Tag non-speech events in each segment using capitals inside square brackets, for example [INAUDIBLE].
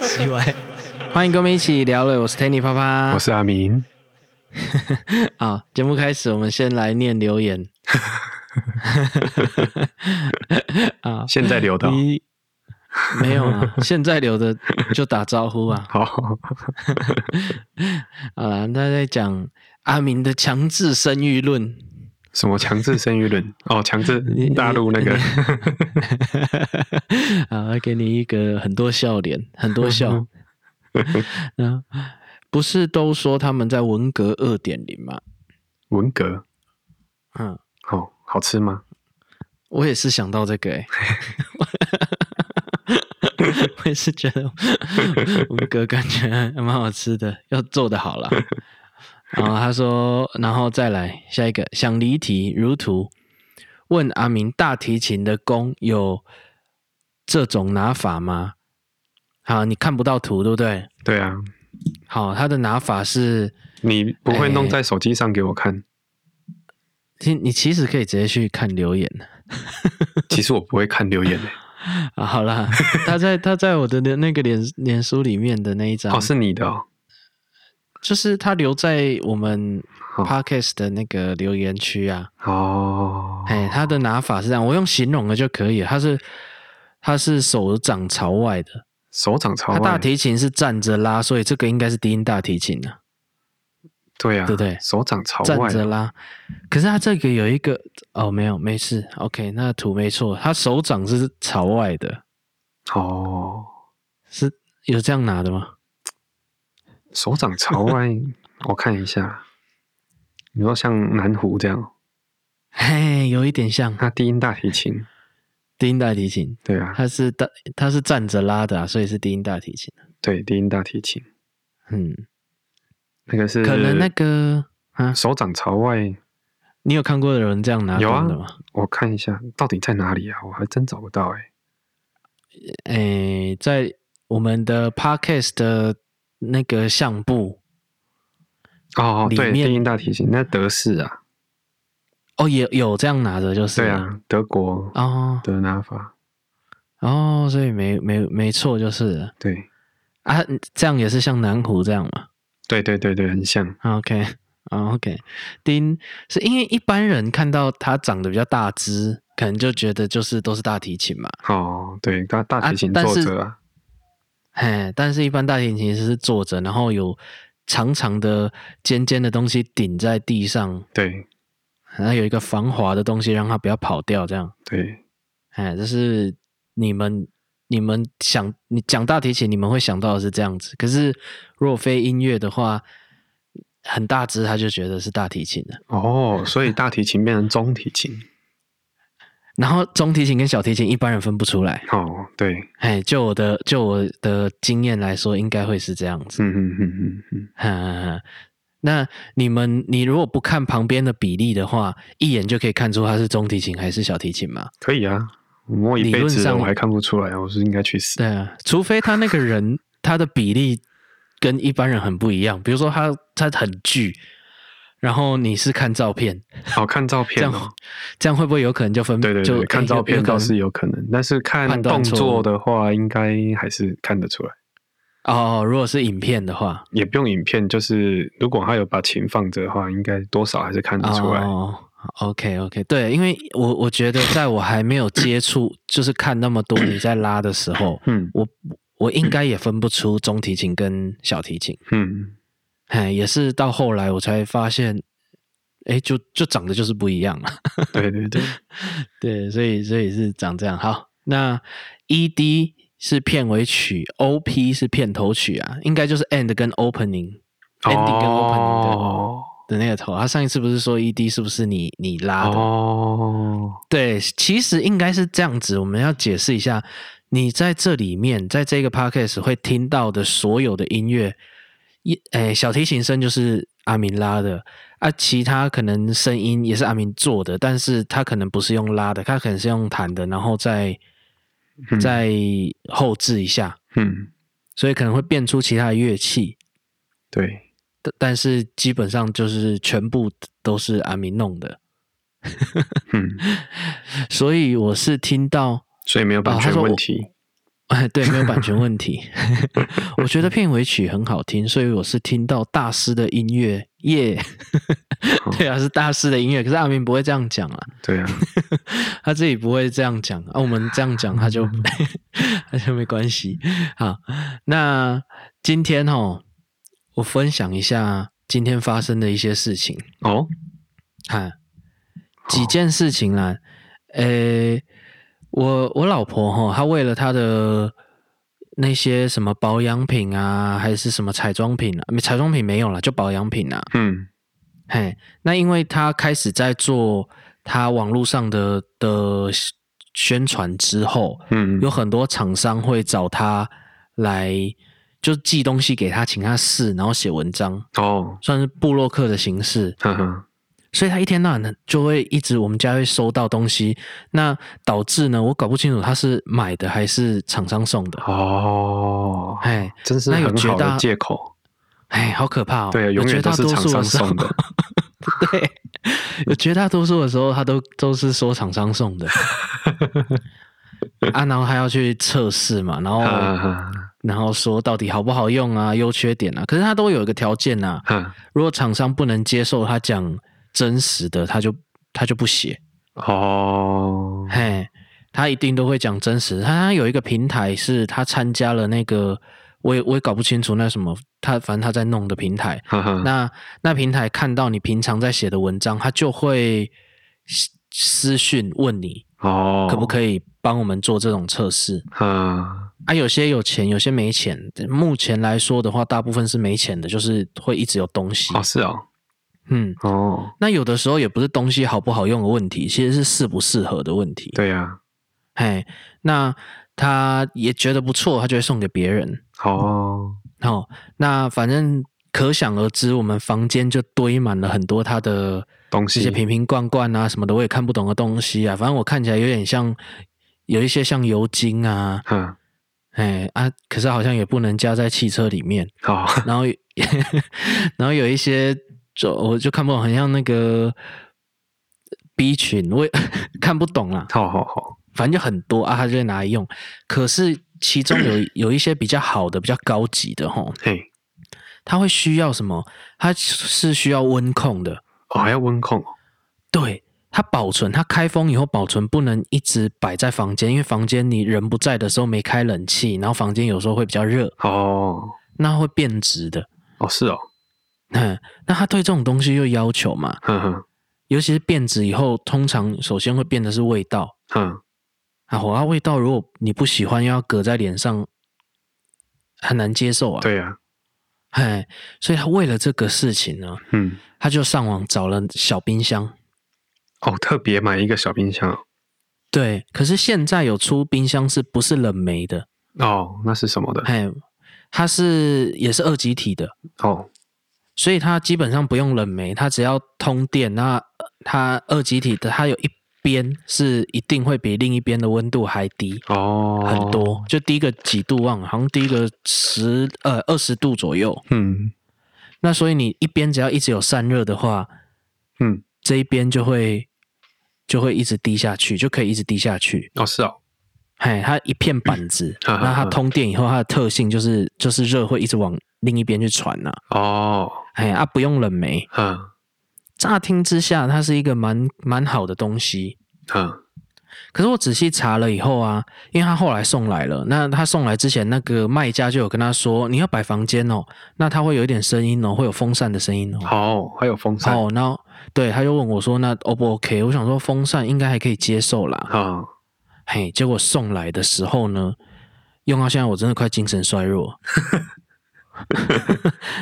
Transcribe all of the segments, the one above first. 奇怪。 [LAUGHS] 欢迎跟我们一起聊了，我是 Tanny 啪啪我。是阿明。啊，节目开始，我们先来念留 [LAUGHS] 言。啊，现在留的哦一没有啊，现在留的就打招呼啊。 [LAUGHS] 好， [LAUGHS] 好啦，那在讲阿明的强制生育 [LAUGHS] 论。什么强制生育论？ [LAUGHS] 哦，强制你大陆那个，你好，啊给你一个很多笑脸，很多 [LAUGHS] 笑。嗯，不是都说他们在文革二点零吗？文革。 [LAUGHS] 嗯，哦，好吃吗？我也是想到这个、欸，我也是觉得 [LAUGHS] 文革感觉还蛮好吃的，要做的好了。然后他说，然后再来下一个，想离题如图，问阿明大提琴的弓有这种拿法吗？好，你看不到图对不对？对啊，好，它的拿法是，你不会弄在手机上给我看？其你其实可以直接去看留言。哎 [LAUGHS] 其实我不会看留言诶。啊，好啦，他在他在我的那那个脸脸书里面的那一张，哦，是你的哦。就是他留在我们哦 podcast 的那个留言区啊。哦，哎、他的拿法是这样，我用形容的就可以了。他是他是手掌朝外的，手掌朝他大外。提琴是站着拉，所以这个应该是低音大提琴啊，对啊，对不对手掌朝站外。着拉。可是他这个有一个哦，没有，没事，OK，那图没错，他手掌是朝外的，哦，是有这样拿的吗？手掌朝 [LAUGHS] 外，我看一下。你说像南湖这样，嘿，有一点像那低音大提琴，低音大提琴，对啊，它是大，它是站着拉的、啊，所以是低音大提琴。啊对，低音大提琴，嗯，那个是可能那个啊，手掌朝外，你有看过有人这样拿有啊弓的吗？我看一下到底在哪里啊？我还真找不到哎、诶、在我们的 podcast 的那个相簿哦，里对，面低音大提琴，那德式啊，哦，也有这样拿的，就是对了，啊，德国哦的拿法，哦，所以没没没错，就是了对，啊，这样也是像南湖这样嘛。对对对对，很像， OK，啊 OK，丁是因为一般人看到他长得比较大只，可能就觉得就是都是大提琴嘛，哦，对，啊大大提琴但作是者啊，嘿，但是一般大提琴其实是坐着，然后有长长的尖尖的东西顶在地上，对然后有一个防滑的东西让它不要跑掉，这样，对，哎，这是你们你们想你讲大提琴，你们会想到的是这样子，可是若非音乐的话，很大只他就觉得是大提琴了。哦，所以大提琴变成中提琴， [LAUGHS] 然后中提琴跟小提琴一般人分不出来，哦，对，哎，就我的就我的经验来说，应该会是这样子。嗯嗯嗯嗯嗯，哈哈哈，那你们，你如果不看旁边的比例的话，一眼就可以看出它是中提琴还是小提琴嘛？可以啊，我摸一理辈论子了上我还看不出来，我是应该去死，对啊，除非他那个 [LAUGHS] 人他的比例跟一般人很不一样，比如说他他很巨，然后你是看照片，哦，看照这片样、哦，这样会不会有可能就分对对就对，看照片倒倒是有可能，但是看判断动错误作的话，应该还是看得出来。哦，如果是影片的话，也不用影片，就是如果他有把琴放着的话，应该多少还是看得出来。哦 OK OK，对，因为我我觉得在我还没有接触， [COUGHS] 就是看那么多你在拉的时候，嗯我我应该也分不出中提琴跟小提琴，嗯，哎，也是到后来我才发现，哎，就就长得就是不一样了。对对对，对，所以所以是长这样。好，那 E D 是片尾曲，O P 是片头曲啊，应该就是 End 跟 Opening。Ending 跟 opening 的、哦的那个头，他上一次不是说 E D 是不是你你拉的？哦，对，其实应该是这样子。我们要解释一下，你在这里面，在这个 podcast 会听到的所有的音乐，一诶，小提琴声就是阿明拉的啊，其他可能声音也是阿明做的，但是他可能不是用拉的，他可能是用弹的，然后再嗯再后置一下，嗯，所以可能会变出其他的乐器，对，但但是基本上就是全部都是阿明弄的，嗯， [LAUGHS] 所以我是听到。所以没有版哦他权说我问题。哎，对，没有版权问题。我觉得片尾曲很好听，所以我是听到大师的音乐耶。 [LAUGHS] 对啊，是大师的音乐，可是阿明不会这样讲啊，对啊，他自己不会这样讲啊。我们这样讲，他就 [LAUGHS] 他就没关系。好，那今天哦，我分享一下今天发生的一些事情。哦，哈，几件事情啦，呃，我我老婆哈，她为了她的那些什么保养品啊，还是什么彩妆品啊，没彩妆品没有啦，就保养品啊，嗯，嘿，那因为她开始在做她网络上的的宣传之后，嗯，有很多厂商会找她来。就寄东西给她，请她试，然后写文章，哦，算是布洛克的形式。呵呵，所以他一天到晚呢就会一直我们家会收到东西，那导致呢我搞不清楚他是买的还是厂商送的，哦，哎真是那有很绝好的大借口，哎，好可怕哦！对啊，有永绝远都大是多厂数的商时候送，的， [LAUGHS] 对，有绝大多数的时候他都都是说厂商送 [LAUGHS] 的，啊，然后还要去测试嘛，然后、哈然后说到底好不好用啊，优缺点啊，可是他都有一个条件呐、啊，哈，如果厂商不能接受他讲真实的，他就他就不写。哦，嘿，他一定都会讲真实。他有一个平台是他参加了那个，我也我也搞不清楚那什么，他反正他在弄的平台。呵 [LAUGHS] 呵，那那平台看到你平常在写的文章，他就会私私讯问你哦，可不以？可以帮我们做这种测试嗯，啊？有些有钱，有些没钱。目前来说的话，大部分是没钱的，就是会一直有东西哦，。是哦，嗯，哦，那有的时候也不是东西好不好用的问题，其实是适不适合的问题。对啊呀，嘿，那他也觉得不错，他就会送给别人。哦，哦，那反正可想而知，我们房间就堆满了很多他的东这西些，瓶瓶罐罐啊什么的，我也看不懂的东西啊。反正我看起来有点像，有一些像油精啊，嗯，哎啊，可是好像也不能加在汽车里面。好， [LAUGHS] 然后， [LAUGHS] 然后有一些就我就看不懂，很像那个 B 群，我也 [LAUGHS] 看不懂啦。好好好，反正就很多啊，他就会拿来用。可是其中有有一些比较好的、比较高级的吼，嘿，它会需要什么？它是需要温控的，哦，还要温控哦，对它保存，它开封以后保存不能一直摆在房间，因为房间你人不在的时候没开冷气，然后房间有时候会比较热，哦，那会变质的。哦，是哦，嗯，那他对这种东西又要求嘛，呵呵，尤其是变质以后，通常首先会变的是味道嗯，啊，火辣味道，如果你不喜欢，又要搁在脸上，很难接受啊。对呀，哎，所以他为了这个事情呢，嗯，他就上网找了小冰箱。哦，特别买一个小冰箱哦对，可是现在有出冰箱是不是冷媒的？哦，那是什么的？哎，它是也是二极体的，哦，所以它基本上不用冷媒，它只要通电，那呃它二极体的它有一边是一定会比另一边的温度还低。哦，很，多，就第一个几度忘了，好像第一个十呃二十度左右。嗯那所以你一边只要一直有散热的话，嗯，这一边就会就会一直低下去，就可以一直低下去。哦，是哦，嘿，它一片板子，嗯那它通电以后，它的特性就是就是热会一直往另一边去传呐、哦，哎啊，不用冷媒。嗯乍听之下，它是一个蛮蛮好的东西。嗯，可是我仔细查了以后啊，因为他后来送来了，那他送来之前，那个卖家就有跟他说，你要摆房间哦，那它会有一点声音哦，会有风扇的声音哦。好，还有风扇，哦，然后对，他就问我说：“那 O 不 OK？” 我想说风扇应该还可以接受啦。啊，嘿，结果送来的时候呢，用到现在我真的快精神衰弱。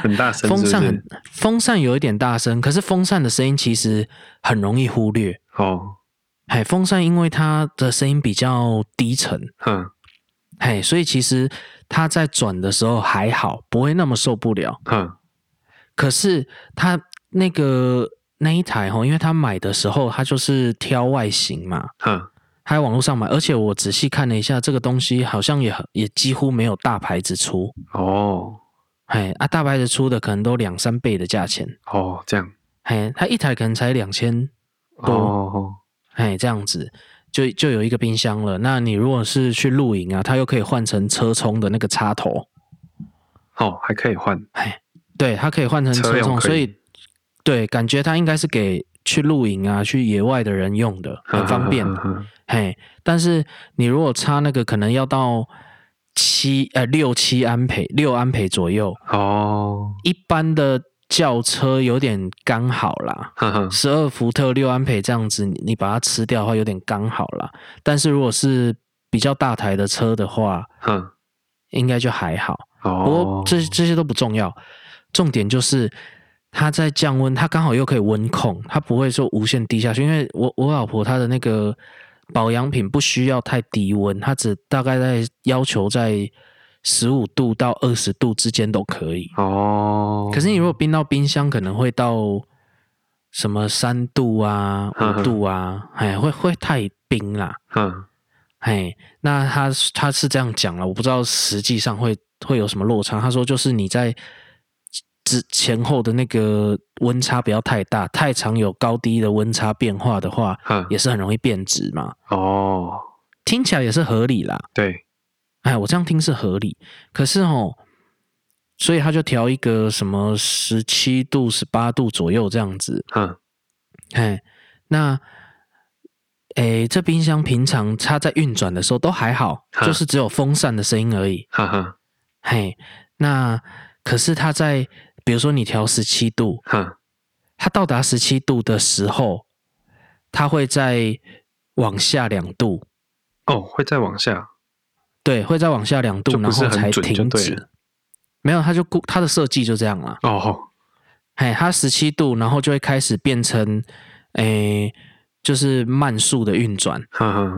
很大声，风是扇不很是？风扇有一点大声，可是风扇的声音其实很容易忽略。哦，嘿，风扇因为它的声音比较低沉，嗯嘿，所以其实它在转的时候还好，不会那么受不了。嗯，可是它那个那一台吼，因为他买的时候他就是挑外形嘛，嗯，他在网络上买，而且我仔细看了一下，这个东西好像也很也几乎没有大牌子出，哦哎啊，大牌子出的可能都两三倍的价钱，哦，这样，哎，它一台可能才两千，哦哎这样子，就就有一个冰箱了。那你如果是去露营啊，它又可以换成车充的那个插头，哦，还可以换，对，它可以换成车车用充，可以所以对，感觉它应该是给去露营啊、去野外的人用的，很方 [LAUGHS] 便。呵呵呵呵嘿，但是你如果插那个，可能要到七呃六七安培六安培左右，哦，一般的轿车有点刚好啦。呵呵，十二伏特六安培这样子，你你把它吃掉的话，有点刚好啦。但是如果是比较大台的车的话，哼，应该就还好。不哦过，这这些都不重要，重点就是它在降温，它刚好又可以温控，它不会说无限低下去。因为我我老婆她的那个保养品不需要太低温，她只大概在要求在十五度到二十度之间都可以。哦，可是你如果冰到冰箱，可能会到什么三度啊、嗯五哼度啊，哎，会会太冰啦。哼，嘿，那他他是这样讲了，我不知道实际上会会有什么落差。他说就是你在之前后的那个温差不要太大，太常有高低的温差变化的话，哼，也是很容易变质嘛。哦，听起来也是合理啦，对，哎，我这样听是合理，可是哦，所以他就调一个什么十七度、十八度左右这样子，哼，哎，那，哎，这冰箱平常它在运转的时候都还好，哈就是只有风扇的声音而已。哈哈，嘿，那可是它在，比如说你调十七度，哼，它到达十七度的时候，它会再往下两度，哦，会再往下，对，会再往下两度，就不然是后很才准就停对止了。没有，它就故它的设计就这样啦。哦，嘿，它十七度，然后就会开始变成，诶，就是慢速的运转。哈哈，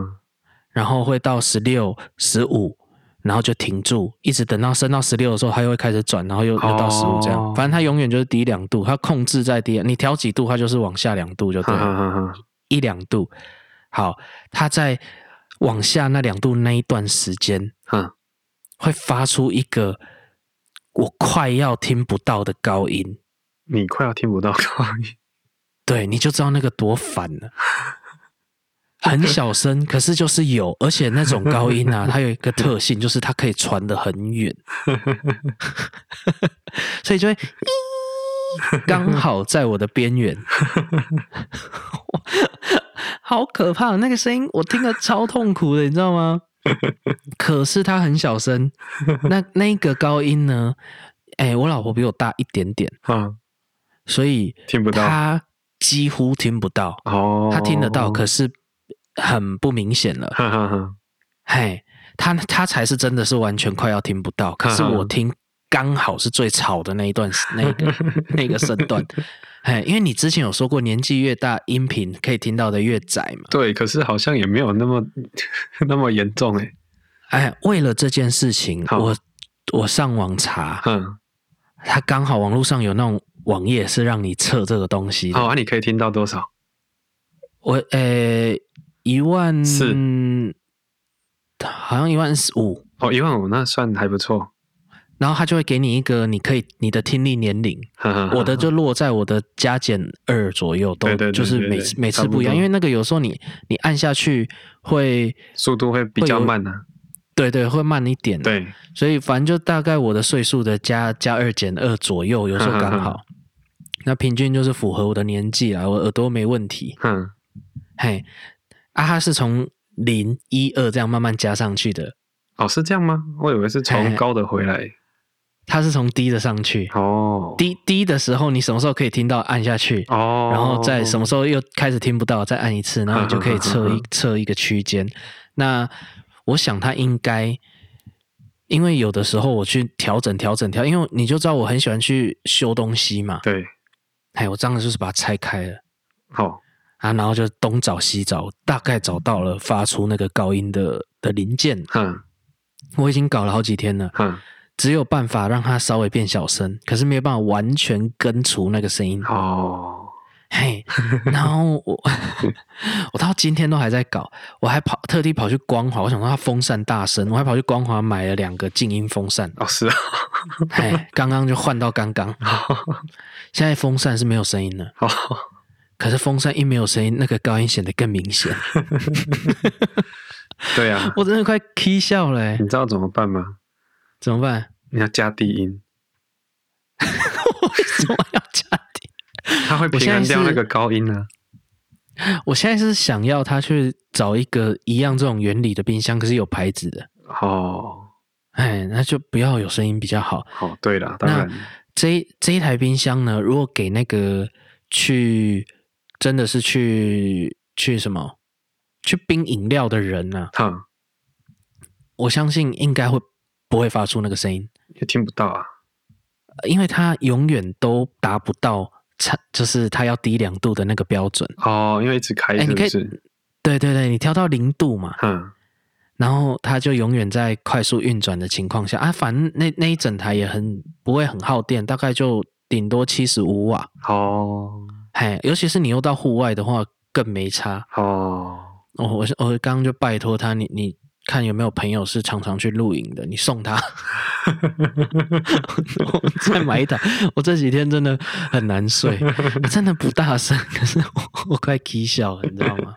然后会到十六、十五，然后就停住，一直等到升到十六的时候，它又会开始转，然后又又到十五这样。哦反正它永远就是低两度，它控制在低，你调几度，它就是往下两度就对哈了，哈哈哈，一两度。好，它在往下那两度那一段时间，哼，会发出一个我快要听不到的高音，你快要听不到高 [LAUGHS] 音，对，你就知道那个多烦了。很小声，可是就是有，而且那种高音啊，它有一个特性，就是它可以传得很远， [LAUGHS] 所以就会刚好在我的边缘， [LAUGHS] 好可怕！那个声音我听得超痛苦的，你知道吗？ [LAUGHS] 可是它很小声，那那一个高音呢？哎、我老婆比我大一点点，哈，所以嗯听不到，他几乎听不到，哦，他听得 [LAUGHS] 到，可是很不明显了。哈哈哈，嘿，他他才是真的是完全快要听不到，可是我听刚好是最吵的那一 [LAUGHS] 段时那个那个声段。嘿，因为你之前有说过，年纪越大，音频可以听到的越窄嘛。对，可是好像也没有那么 [LAUGHS] 那么严重哎，哎，为了这件事情，好我我上网查，哼，它刚好网络上有那种网页是让你测这个东西的。好啊，你可以听到多少？我呃一万四，好像一万四五，哦，一万五那算还不错，然后他就会给你一个你可以你的听力年龄，哈哈哈我的就落在我的加减二左右，都啊对对对就是对每对次每差次不多不一样，因为那个有时候你你按下去会。速度会比较慢呢，对对，会慢一点、，对，所以反正就大概我的岁数的加加二减二左右，有时候刚好，那平均就是符合我的年纪啦，我耳朵没问题。哼，嘿，啊，它是从零一二这样慢慢加上去的，哦，是这样吗？我以为是嘿从嘿高的回来，它是从低的上去，哦，低低的时候你什么时候可以听到按下去，哦，然后再什么？么时候又开始听不到再按一次，然后你就可以测一测一个区间。那我想它应该。因为有的时候我去调整调整调，因为你就知道我很喜欢去修东西嘛，对，哦哎，我当然就是把它拆开了好，啊，然后就东找西找，大概找到了发出那个高音的的零件，哼我已经搞了好几天了，哼，只有办法让它稍微变小声，可是没有办法完全根除那个声音。哦，。嘿，然后 [LAUGHS] 我我到今天都还在搞，我还跑特地跑去光华，我想说它风扇大声，我还跑去光华买了两个静音风 [LAUGHS] 扇哦，是啊， [LAUGHS] 嘿，刚刚就换到刚刚，现在风扇是没有声音了。哦，可是风扇一没有声音，那个高音显得更明显， [LAUGHS] 对啊，我真的快 k 笑了、欸你，知道怎么办吗？怎么办？你要加低音，我为什么要加低？它会我平现在衡掉那是个高音啊。我现在是想要他去找一个一样这种原理的冰箱，可是有牌子的，哦，哎，那就不要有声音比较好。哦，对了，当然，这一这一台冰箱呢，如果给那个去真的是去去什么去冰饮料的人呢、哈，我相信应该会不会发出那个声音，也听不到啊。呃因为它永远都达不到差，就是它要低两度的那个标准。哦，因为一直开哎是你可不以是？对对对，你调到零度嘛，嗯，然后它就永远在快速运转的情况下啊，反正那那一整台也很不会很耗电，大概就顶多七十五瓦。哦，嘿，哎尤其是你又到户外的话，更没差。哦，我我是我刚刚就拜托他，你你看有没有朋友是常常去露营的，你送他，我再买一台。我这几天真的很难睡，真的不大声，可是我我快起笑了，你知道吗？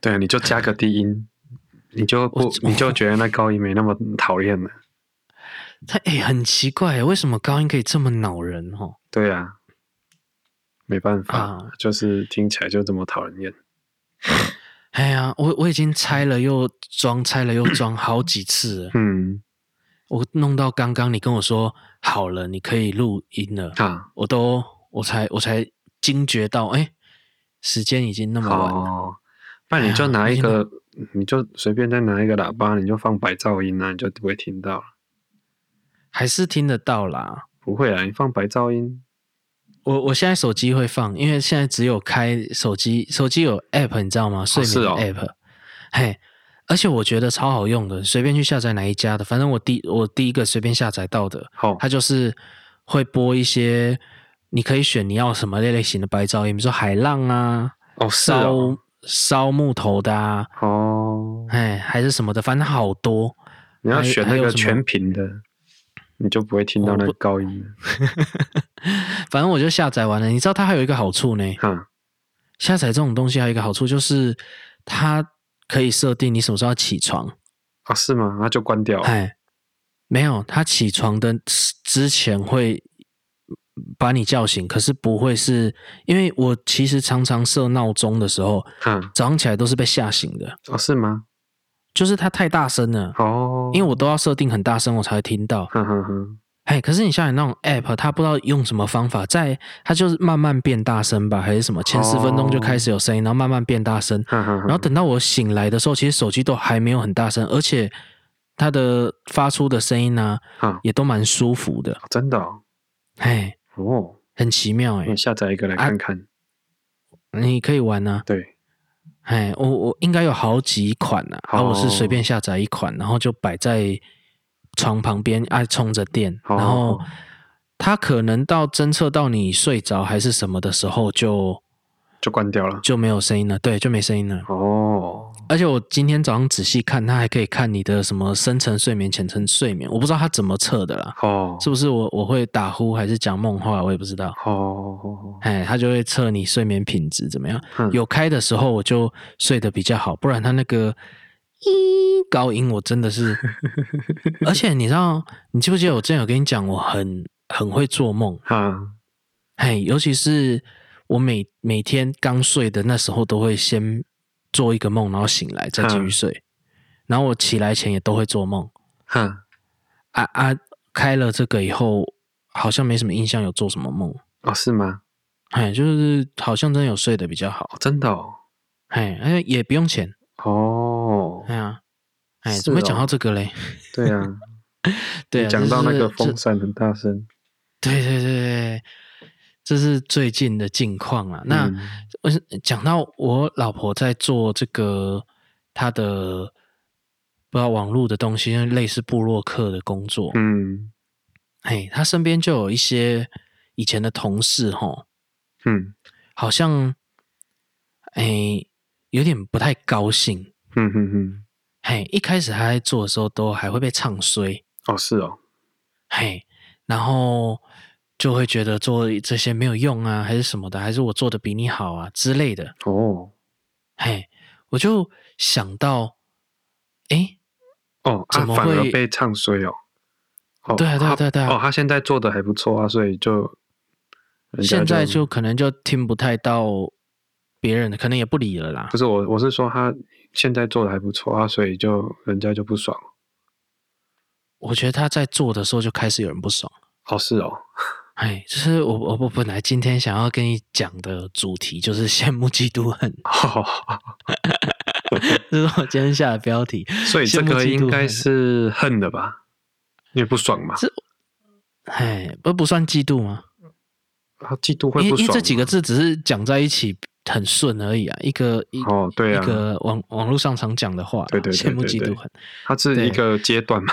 对啊，你就加个低音，你就不我，你就觉得那高音没那么讨厌了。他哎、很奇怪，为什么高音可以这么恼人哦？对啊，没办法，啊就是听起来就这么讨人厌。哎呀，我我已经拆了又装，拆了又装好几次了。嗯，我弄到刚刚你跟我说好了，你可以录音了，啊，我都我才我才惊觉到，哎、时间已经那么晚了。哦，哎那你就拿一个，你就随便再拿一个喇叭，你就放白噪音啊，你就不会听到了。还是听得到啦。不会啊，你放白噪音，我我现在手机会放，因为现在只有开手机，手机有 app 你知道吗？睡眠是的哦 app，、嘿，而且我觉得超好用的，随便去下载哪一家的，反正我第我第一个随便下载到的，好、它就是会播一些，你可以选你要什么类类型的白噪音，比如说海浪啊，哦，是烧、哦，烧木头的啊，哦，哎，还是什么的，反正好多。你要还选还那有个什么全频的，你就不会听我到那不个高音了。 [LAUGHS] 反正我就下载完了，你知道它还有一个好处呢，哈，下载这种东西还有一个好处就是，它可以设定你什么时候要起床。啊，是吗？那就关掉了。哎，没有，它起床的之前会把你叫醒，可是不会是因为我其实常常设闹钟的时候，哈，早上起来都是被吓醒的，哦，是吗？就是它太大声了。哦，因为为，我都要设定很大声，我才会听到。哈哈哈，哎，可是你像你那种 app，它不知道用什么方法，在它就是慢慢变大声吧，还是什么？前十分钟就开始有声音，然后慢慢变大声，哈哈然后哈，等到我醒来的时候，其实手机都还没有很大声，而且它的发出的声音呢、哈，也都蛮舒服的，真的哦，哎，哦，很奇妙哎我、下载一个来啊看看。你可以玩啊呢、对，哎，我我应该有好几款呐、啊，哦我是随便下载一款，然后就摆在床旁边，啊，充着电，哦然后它可能到侦测到你睡着还是什么的时候就。就关掉了。就没有声音了，对，就没声音了。哦，而且我今天早上仔细看，它还可以看你的什么深层睡眠、浅层睡眠，我不知道它怎么测的啦。哦，是不是我我会打呼还是讲梦话，我也不知道。哦，哎，它就会测你睡眠品质怎么样。嗯有开的时候我就睡得比较好，不然它那个一高音我真的是，而且你知道，你记不记得我之前有跟你讲，我很很会做梦，哈，哎，尤其是我每每天刚睡的那时候，都会先做一个梦，然后醒来再继续嗯睡，然后我起来前也都会做梦。哈，啊啊，开了这个以后，好像没什么印象有做什么梦。哦，是吗？哎，就是好像真的有睡得比较好，哦，真的哦，哎，而且也不用钱，哦，哎呀，哎，是怎么会讲哦到这个嘞？对啊， [LAUGHS] 对啊，你讲这到那是个风这扇很大声。对对对对，这是最近的近况啊。那嗯我是讲到我老婆在做这个她的不知道网络的东西，类似布洛克的工作，嗯哎，她身边就有一些以前的同事吼，嗯好像哎有点不太高兴。嗯嗯嗯，嘿，一开始他在做的时候都还会被唱衰，哦，是哦，嘿，然后就会觉得做这些没有用啊，还是什么的，还是我做的比你好啊之类的。哦嘿，我就想到，诶，哦，啊怎么反而会被唱衰哦。哦对啊对啊他对啊对啊哦，他现在做的还不错啊，所以就人家现在就可能就听不太到别人的，可能也不理了啦不。是我，我是说他现在做的还不错啊，所以就人家就不爽。我觉得他在做的时候就开始有人不爽。哦，是哦， [LAUGHS] 哎，就是我我我本来今天想要跟你讲的主题就是羡慕嫉妒恨， [LAUGHS] 这是我今天下的标题。所以这羡慕个嫉妒应该恨是恨的吧？因为不爽嘛，哎，不不算嫉妒吗？他嫉妒会因不为因为爽。这几个，字只是讲在一起很顺而已啊，一个一、哦，对啊一，个网网络上常讲的话啦，对对对羡慕对嫉对妒恨它是对一个阶段嘛，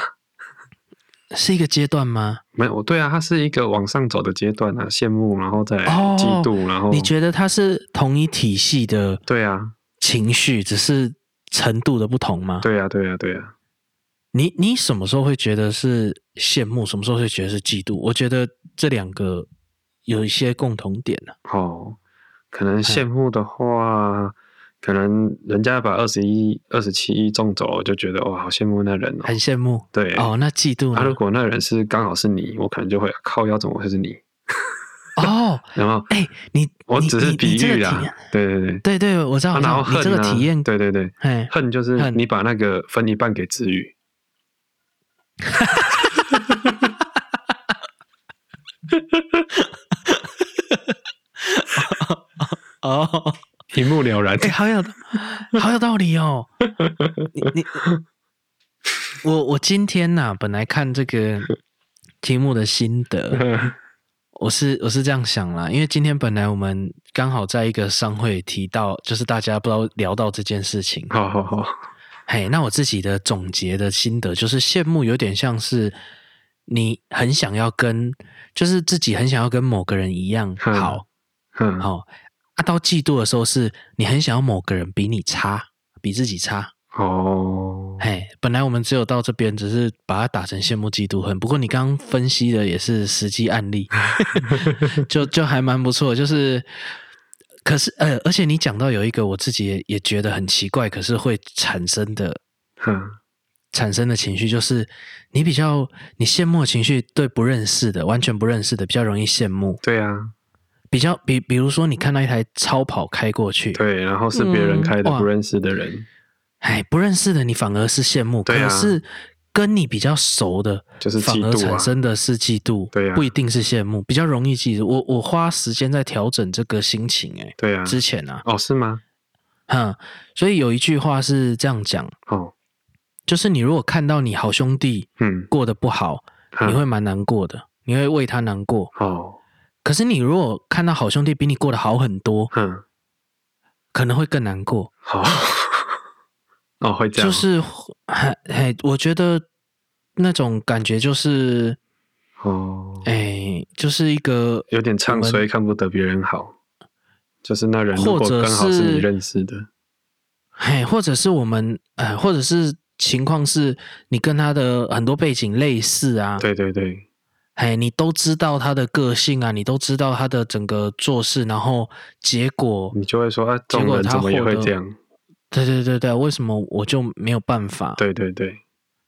是一个阶段吗？没有，对啊，它是一个往上走的阶段啊，羡慕，然后再哦嫉妒，然后你觉得它是同一体系的对啊，情绪，只是程度的不同吗？对啊，对啊，对啊，你你什么时候会觉得是羡慕，什么时候会觉得是嫉妒？我觉得这两个有一些共同点啊呢、哦，可哎能羡慕的话，可能人家把二十一、二十七亿中走，我就觉得哇，好羡慕那人哦。很羡慕。对，哎哦，那嫉妒啊，如呢？果那人是刚好是你，我可能就会靠，要怎么会是你？哦，然后哎、你我只是比喻啊。啦，对对对，对对，我知道，啊我知道然后恨哦你这个啊体验，对对对，哎，恨就是恨你把那个分一半给子宇，哦，一目了然。哎，好有好有道理哦。你你我我今天呐、本来看这个题目的心 [LAUGHS] 得，我是我是这样想啦，因为今天本来我们刚好在一个商会提到，就是大家不知道聊到这件事情，好好好，嘿，那我自己的总结的心得就是，羡慕有点像是你很想要跟，就是自己很想要跟某个人一样嗯好。嗯，好、啊，到嫉妒的时候是你很想要某个人比你差，比自己差。哦，嘿，本来我们只有到这边，只是把它打成羡慕、嫉妒、恨。不过你刚刚分析的也是实际案例， [LAUGHS] 就就还蛮不错。就是，可是呃，而且你讲到有一个我自己也也觉得很奇怪，可是会产生的哼，产生的情绪，就是你比较你羡慕的情绪，对不认识的、完全不认识的比较容易羡慕。对啊，比较比比如说，你看到一台超跑开过去，对，然后是别人开的嗯哇不认识的人，哎，不认识的你反而是羡慕，对啊可是跟你比较熟的，就是反嫉而妒产啊。生的是嫉妒，对啊不一定是羡慕，比较容易嫉妒。我我花时间在调整这个心情、哎、对啊，之前啊，哦，是吗？哼，所以有一句话是这样讲，哦，就是你如果看到你好兄弟嗯，过得不好，哼你会蛮难过的，你会为他难过。哦，可是你如果看到好兄弟比你过得好很多，嗯，可能会更难过。好， [LAUGHS] 哦，会这就样哦，是还还，我觉得那种感觉就是，哦，哎，就是一个有点唱我衰，看不得别人好，就是那人如或果者刚好是你是认识的，哎，或者是我们呃，或者是情况是你跟他的很多背景类似啊，对对对，哎，你都知道他的个性啊，你都知道他的整个做事，然后结果，你就会说啊，这结种果人他怎么也获会得这样？对对对对，为什么我就没有办法？对对对，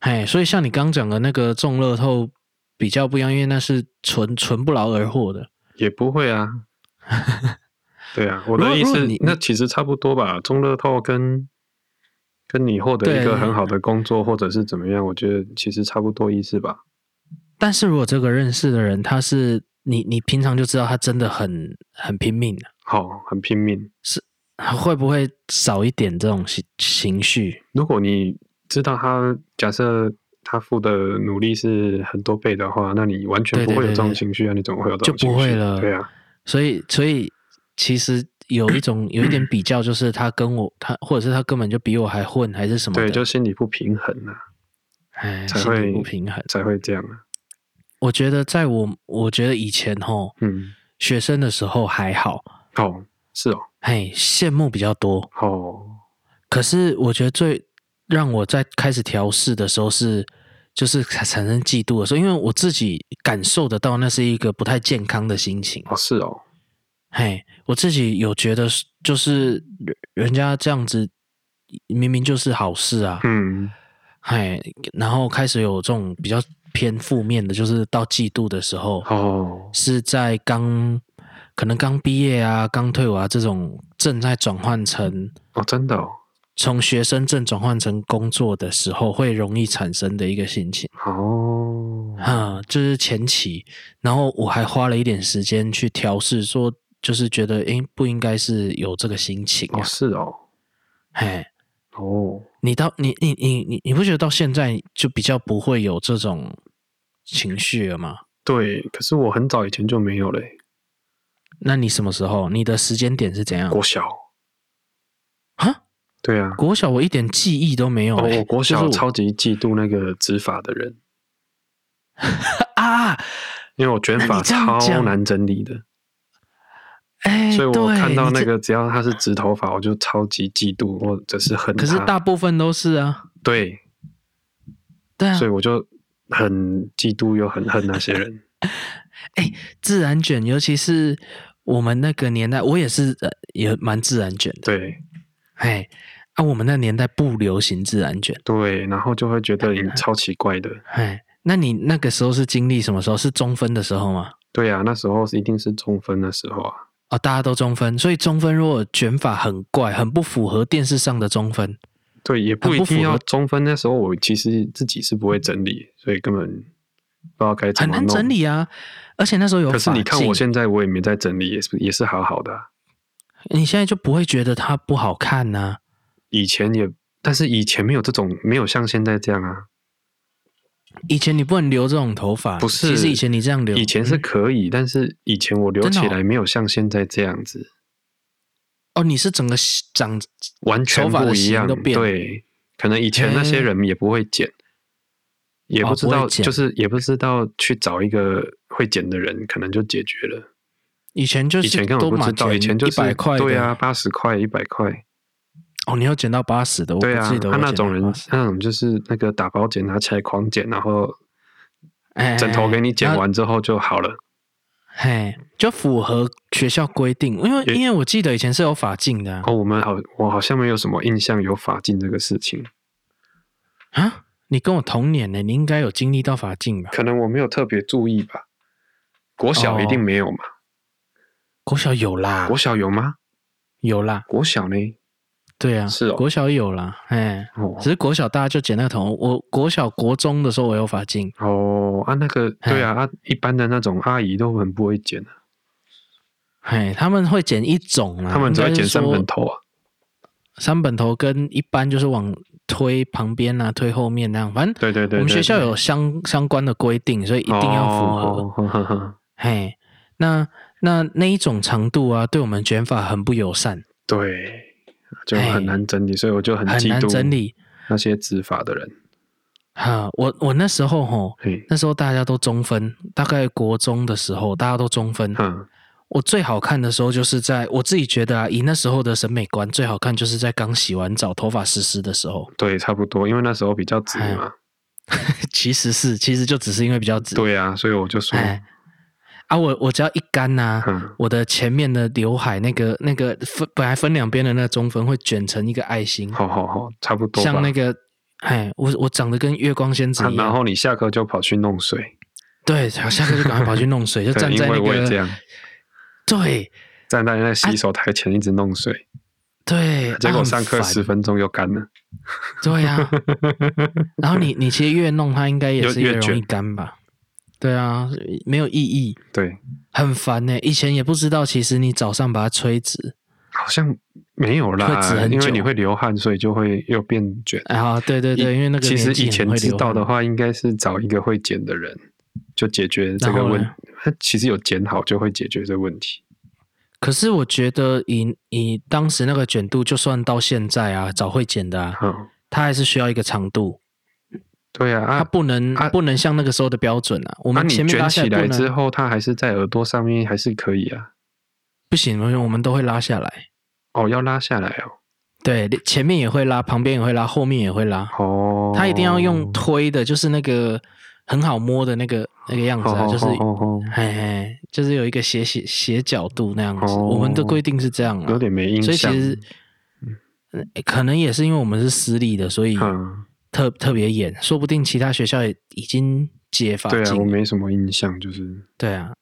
哎，所以像你刚讲的那个中乐透比较不一样，因为那是纯纯不劳而获的。也不 [LAUGHS] 会啊。对啊，我的如意如果思你，那其实差不多吧。中乐透跟跟你获得一个对很好的工作，或者是怎么样，我觉得其实差不多意思吧。但是如果这个认识的人，他是你，你平常就知道他真的很很拼命啊，好、很拼命。会不会少一点这种情情绪？如果你知道他，假设他付的努力是很多倍的话，那你完全对不对会有对这种对情绪啊！你怎么会有这种就情不绪？会了对啊，所以，所以其实有一种有一点比较，就是他跟我他，或者是他根本就比我还混，还是什么的，对，就心理不平衡啊，哎，才心会理不平衡。才会这样啊。我觉得在我我觉得以前吼嗯，学生的时候还好，哦，是哦，嘿，羡慕比较多。哦，可是我觉得最让我在开始调试的时候是就是产生嫉妒的时候，因为我自己感受得到，那是一个不太健康的心情。哦，是哦，嘿，我自己有觉得是，就是人人家这样子，明明就是好事啊，嗯，嘿，然后开始有这种比较偏负面的，就是到嫉妒的时候，哦，是在刚可能刚毕业啊、刚退伍啊这种正在转换成哦，真的哦，从学生证转换成工作的时候，会容易产生的一个心情。哦，啊，就是前期，然后我还花了一点时间去调试，说就是觉得，诶，不应该是有这个心情啊哦，。是哦，嘿，哦，你到你你你你你不觉得到现在就比较不会有这种情绪了吗？对，可是我很早以前就没有嘞，那你什么时候？你的时间点是怎样？国小，嗯啊，对啊，国小我一点记忆都没有、哦，欸。我国就是小我超级嫉妒那个执法的人，啊，因为我卷那发你这样超讲难整理的，哎、所以我对看到你那这个只要他是直头发，我就超级嫉妒或者是恨他。可是大部分都是啊，对，对啊所，以我就很嫉妒又很恨那些人。自然卷，尤其是我们那个年代，我也是、呃、也蛮自然卷的。对哎，啊，我们那年代不流行自然卷，对，然后就会觉 [LAUGHS] 得你超奇怪的。哎，那你那个时候是经历什么时候？是中分的时候吗？对啊，那时候是一定是中分的时候啊。哦，大家都中分，所以中分如果卷法很怪，很不符合电视上的中分，对，也不很一不定符要合中分。那时候我其实自己是不会整理，所以根本不知道该怎很么难弄。整理啊。而且那时候有可是你发看我镜现在我也没在整理，也是也是好好的啊、你现在就不会觉得它不好看呐、以前也，但是以前没有这种，没有像现在这样啊。以前你不能留这种头发，不是其实以前你这样留，以前是嗯可以，但是以前我留真的起哦来没有像现在这样子，哦，你是整个长完全头发的不一型样。都变了对，可能以前那些嘿人也不会剪，也哦不知不会道，剪就是也不知道去找一个会剪的人，可能就解决了。以前就以是前根本不知道，以前就一是百块，对啊，，八十块、一百块，哦，你要减到八十的，我不对啊记，得我他那剪种到人80，那种就是那个打包剪拿起来狂剪，然后哎枕头给你剪那完之后就好了。嘿，哎就符合学校规定，因为也因为我记得以前是有法镜的啊哦，我们好，我好像没有什么印象有法镜这个事情，啊你跟我同年呢，你应该有经历到法镜吧？可能我没有特别注意吧。国小哦啊一定没有嘛？国小有啦国，小有吗？有啦，国小呢？对啊，是哦国小有啦，哎，哦只是国小大家就剪那个头，我国小国中的时候我有法镜，哦啊，那个哎对啊啊，一般的那种阿姨都很不会剪啊，嘿，他们会剪一种啦，他们只会应该嗯剪是三说本头啊。三本头跟一般就是往推旁边啊，推后面那样，反正对对对，我们对学校对有相相关的规定，所以一定要符合。哦呵呵呵嘿，那那那一种长度啊，对我们卷发很不友善，对，就哎很难整理，所以我就很很嫉难妒整理。那些执法的人。哈，我我那时候吼，嘿，那时候大家都中分，大概国中的时候大家都中分。哼，我最好看的时候就是在我自己觉得啊，以那时候的审美观，最好看就是在刚洗完澡、头发湿湿的时候。 [LAUGHS] 对，差不多，因为那时候比较直哎嘛。其实是，其实就只是因为比较直。对啊，所以我就说，嗯哎，啊，我我只要一干呐、哼，我的前面的刘海那个那个分本来分两边的那个中分会卷成一个爱心，好好好，差不多吧。像那个，哎，我我长得跟月光仙子啊一样，然后你下课就跑去弄水，对，然后下课就赶快跑去弄水，就 [LAUGHS] 对，站因在为那我也这个，样，对站在那洗手台前一直弄水，对，结啊果很上课烦十分钟又干了，对呀、 [LAUGHS] 啊，然后你你其实越弄它应该也越是越越容易卷干吧？对啊，没有意义，对，很烦呢、欸以前也不知道，其实你早上把它吹直，好像没有会直啦，很因为久你会流汗，所以就会又变卷。啊，对对对，以因为那个其实年纪以很前会知流道汗啊的话，应该是找一个会剪的人就解决这然个后问呢。他其实有剪好就会解决这个问题。可是我觉得以以当时那个卷度，就算到现在啊，早会剪的啊，嗯，它还是需要一个长度。对啊，它啊，不能、啊不能像那个时候的标准啊。我那、们你前面拉下卷起来不之能，后，它还是在耳朵上面还是可以啊。不行，我们我们都会拉下来。哦，要拉下来哦。对，前面也会拉，旁边也会拉，后面也会拉，哦，它一定要用推的，就是那个很好摸的那个那个样子啊，就是哦哦嘿嘿，就是有一个斜斜斜角度那样子，哦我们的规定是这样哦有啊，点没印所以其象。实。呃可能也是因为我们是私立的，所以嗯，特特别严，说不定其他学校也已经解法对啊，禁我了。没什么印象，就是对啊，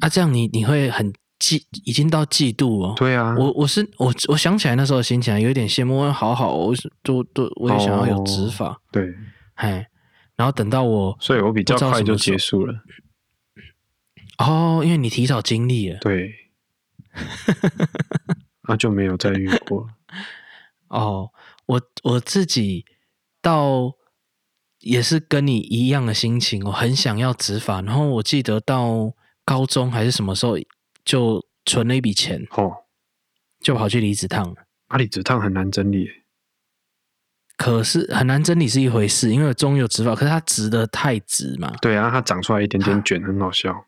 啊，这样你你会很嫉，已经到嫉妒哦。对啊，我我是我我想起来那时候的心情啊有一点羡慕，我好好，我是都都我也想要有执法，对，嘿、然后等到我所以我比较不知道快什就么时候结束了。哦，因为你提早经历了对， [LAUGHS] 那、就没有再遇过了。哦，我我自己到也是跟你一样的心情，我很想要执法，然后我记得到高中还是什么时候就存了一笔钱，哦，就跑去离子烫了。阿里子烫很难整理耶，可是很难整理是一回事，因为中有直法，可是它直的太直嘛。对啊，它长出来一点点卷，很好笑。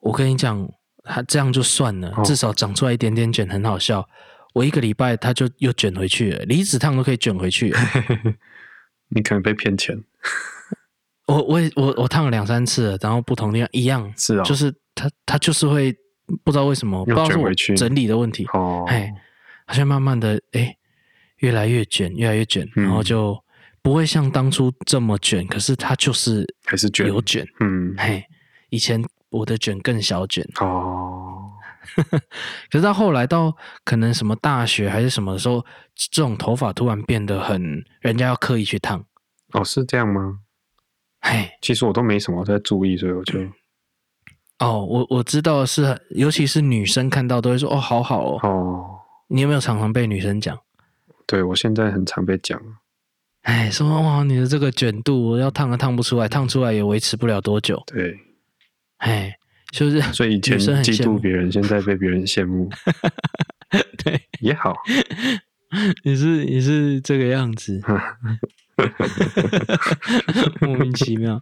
我跟你讲，它这样就算了哦，至少长出来一点点卷，很好笑。我一个礼拜它就又卷回去了，离子烫都可以卷回去了。你可能被骗钱，我我也我我烫了两三次了，然后不同地方一样，是啊、哦，就是它它就是会不知道为什么，不又知道是卷我回去整理的问题，哦，哎，好像慢慢的哎越来越卷，越来越卷，嗯然后就不会像当初这么卷，可是它就是还是卷，有哎卷。嗯，嘿，以前我的卷更小卷，哦，可是到后来到可能什么大学还是什么时候，这种头发突然变得很，人家要刻意去烫。哦，是这样吗？嘿，其实我都没什么在注意，所以我就嗯哦，我我知道的是，尤其是女生看到都会说哦，好好哦。哦，你有没有常常被女生讲？对我现在很常被讲，哎，说哇，你的这个卷度，我要烫都烫不出来，烫出来也维持不了多久。对，哎，就是 [LAUGHS] 所以以前女生很嫉羡妒慕别人，现在被别人羡慕 [LAUGHS] 对，也好，你是你是这个样子，莫名其妙。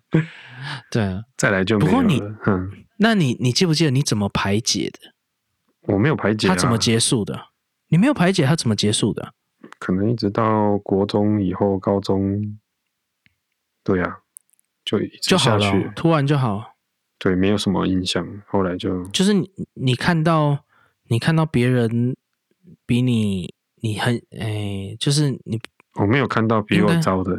对啊，再来就没不过有你了。嗯，那你你记不记得你怎么排解的？我没有排解、啊，他怎么结束的？你没有排解，他怎么结束的？可能一直到国中以后，高中，对呀、就一直就好下了去哦，，突然就好。对，没有什么印象。后来就就是你你看到你看到别人比你你很哎，就是你我哦没有看到比应我该糟的，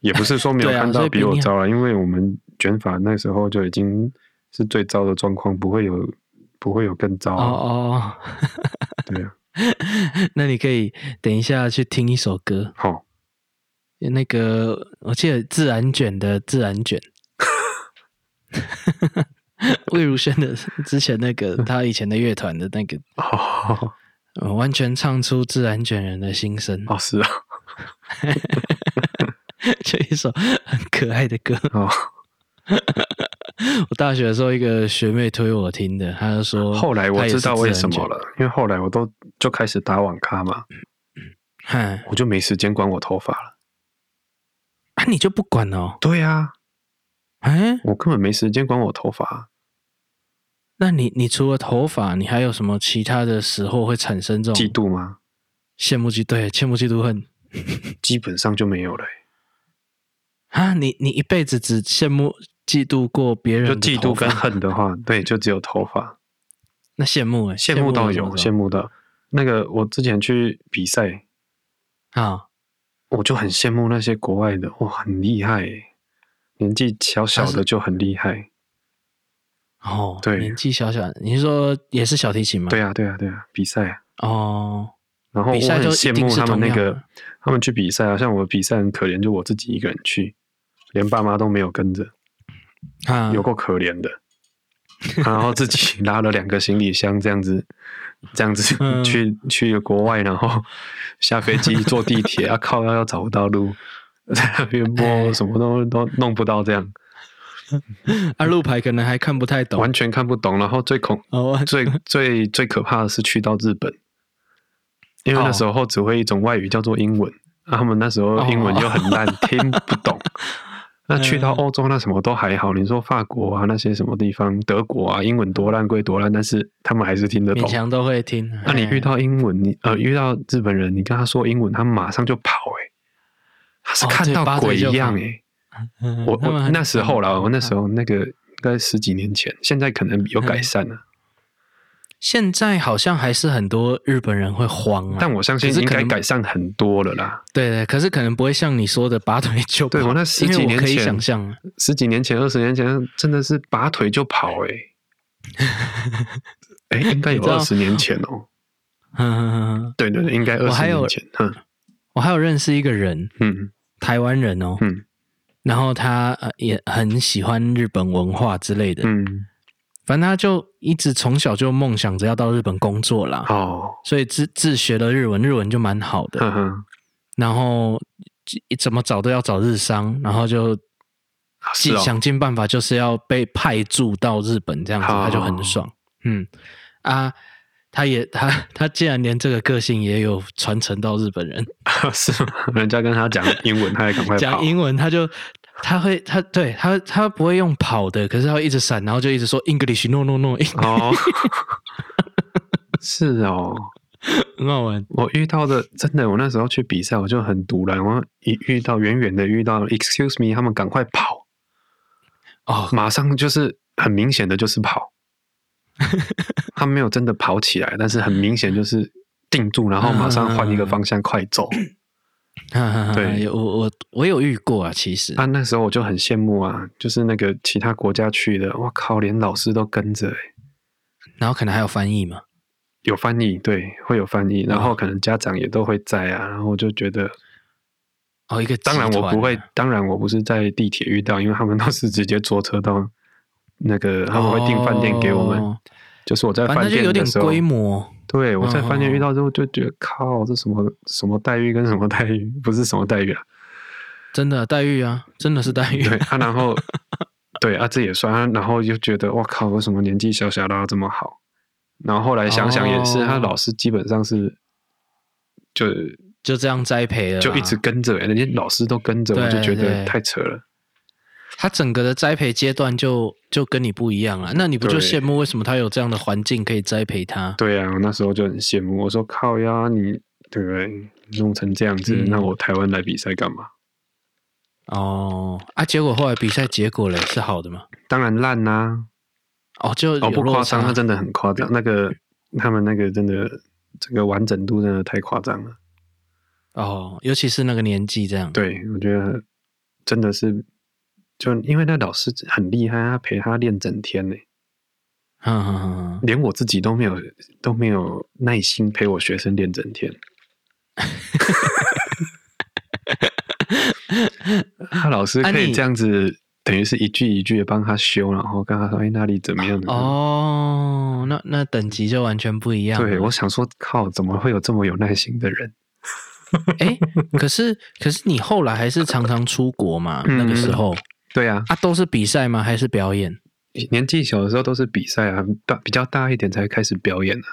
也不是说没有对啊看到所以比比我你糟了，因为我们卷发那时候就已经是最糟的状况，不会有不会有更糟哦啊、哦，对啊，那你可以等一下去听一首歌，好、 [LAUGHS] 那个我记得自然卷的自然卷。 [LAUGHS] 魏如萱的之前那嗯个，她以前的乐团的那个，哦，呃完全唱出自然卷人的心声。 [LAUGHS] 哦是啊，这一首很可爱的歌。哦， [LAUGHS] 我大学的时候，一个学妹推我听的，她就说，后来我知道为什么了。了，因为后来我都就开始打网咖嘛，嗨，我就没时间管我头发了。嗯啊，你就不管哦？对啊，哎，我根本没时间管我头发啊、那你你除了头发，你还有什么其他的时候会产生这种嫉妒吗？羡慕嫉对羡慕嫉妒恨基本上就没有了欸、啊？你你一辈子只羡慕嫉妒过别人就的嫉妒头发跟恨的话，对，就只有头发。那羡慕哎、羡慕到有，羡慕慕到那个，我之前去比赛，啊我就很羡慕那些国外的，哇，很厉害欸、年纪小小他的是嗯就很厉害。哦，对年纪小小，你是说也是小提琴吗？对啊，对啊，对啊，比赛啊。哦，然后我比赛很就羡一定慕是他们同那样个的，他们去比赛啊，像我比赛很可怜，就我自己一个人去，连爸妈都没有跟着，啊，有够可怜的。 [LAUGHS] 然后自己拉了两个行李箱，这样子，这样子嗯去去了国外，然后下飞机坐地 [LAUGHS] 铁，啊靠，要要找不到路，在那边摸，哎什么都都弄不到，这样啊，路牌可能还看不太懂完全看不懂。然后最恐 [LAUGHS] 哦，最最最可怕的是去到日本，因为那哦时候哦 [LAUGHS] 只会一种外语叫做英文，啊、他们那时候英文又很烂，听不懂。那去嗯到欧洲，那什么都还好。你说法国啊，那些什么地方，德国啊，英文多烂归多烂，但是他们还是听得懂勉。强都会听。那你遇哎到英文，你呃遇到日本人，你跟他说英文，他马上就跑、欸，他是哦看对到八嘴鬼一就样、跑欸，嗯我他们我很那时候啦，嗯我那时候那个应该十几年前，现在可能有改善了，现在好像还是很多日本人会慌啊，但我相信可是应可该能改善很多了啦。对对，可是可能不会像你说的拔腿就跑。对我那十因为几我年可以前想象啊，十几年前、二十年前，真的是拔腿就跑、 [LAUGHS] 欸，哎，应该有你知道二十年前哦、嗯嗯嗯嗯对对对，应该二我十还有年前，嗯我还有认识一个人，嗯台湾人哦，嗯然后他呃也很喜欢日本文化之类的，嗯，反正他就一直从小就梦想着要到日本工作啦，哦，嗯所以自自学了日文，日文就蛮好的，呵呵， [LAUGHS] 然后一怎么找都要找日商，然后就啊是尽、哦，想尽办法就是要被派驻到日本这样子，好他就很爽。嗯啊，他也他他竟然连这个个性也有传承到日本人，是吗？人家跟他讲英文，他也赶快跑讲，英文他就。他会，他对他他不会用跑的，可是他会一直闪，然后就一直说 English no no no，哦， [LAUGHS] 是哦，很好玩。我遇到的真的，我那时候去比赛，我就很突然，我一遇到远远的遇到，excuse me，他们赶快跑，哦，马上就是很明显的就是 [LAUGHS] 跑，他没有真的跑起来，但是很明显就是定住，然后马上换一个方向快走。嗯哈哈哈对有我我我有遇过啊，其实啊，那时候我就很羡慕啊，就是那个其他国家去的，我靠，连老师都跟着、欸，然后可能还有翻译嘛，有翻译，对，会有翻译，然后可能家长也都会在啊，然后我就觉得哦，一个当然集我团不会啊，当然我不是在地铁遇到，因为他们都是直接坐车到那个，他们会订饭店给我们。哦就是我在反饭正就店有点的时候，规模，对我在饭店嗯嗯遇到之后就觉得靠，这什么什么待遇跟什么待遇，不是什么待遇啊？真的待遇啊，真的是待遇对。啊，[LAUGHS] 然后对啊，这也算啊，然后就觉得哇靠，为什么年纪小小的啊要这么好？然后后来想想也是，哦他老师基本上是就就这样栽培了啦，就一直跟着、欸，人家老师都跟着，我就啊对觉得对太扯了。他整个的栽培阶段就就跟你不一样啊了，那你不就对羡慕为什么他有这样的环境可以栽培他？对啊，我那时候就很羡慕，我说靠呀，你对不对？弄成这样子，嗯那我台湾来比赛干嘛？哦啊，结果后来比赛结果嘞是好的吗？当然烂啊啦、哦，就有哦，不夸落张，差那真的很夸张。那个他们那个真的，这个完整度真的太夸张了。哦，尤其是那个年纪这样，对，我觉得真的是，就因为那老师很厉害，他陪他练整天呢，嗯哼，哼哼哼连我自己都没有都没有耐心陪我学生练整天。 [LAUGHS] 他老师啊可以你这样子，等于是一句一句的帮他修，然后跟他说：“哎，那里怎么样？”，哦，那那等级就完全不一样了。啊对，我想说，靠，怎么会有这么有耐心的人？哎，可是可是你后来还是常常出国嘛？嗯那个时候对啊，啊，都是比赛吗？还是表演？年纪小的时候都是比赛啊，大比较大一点才开始表演啊。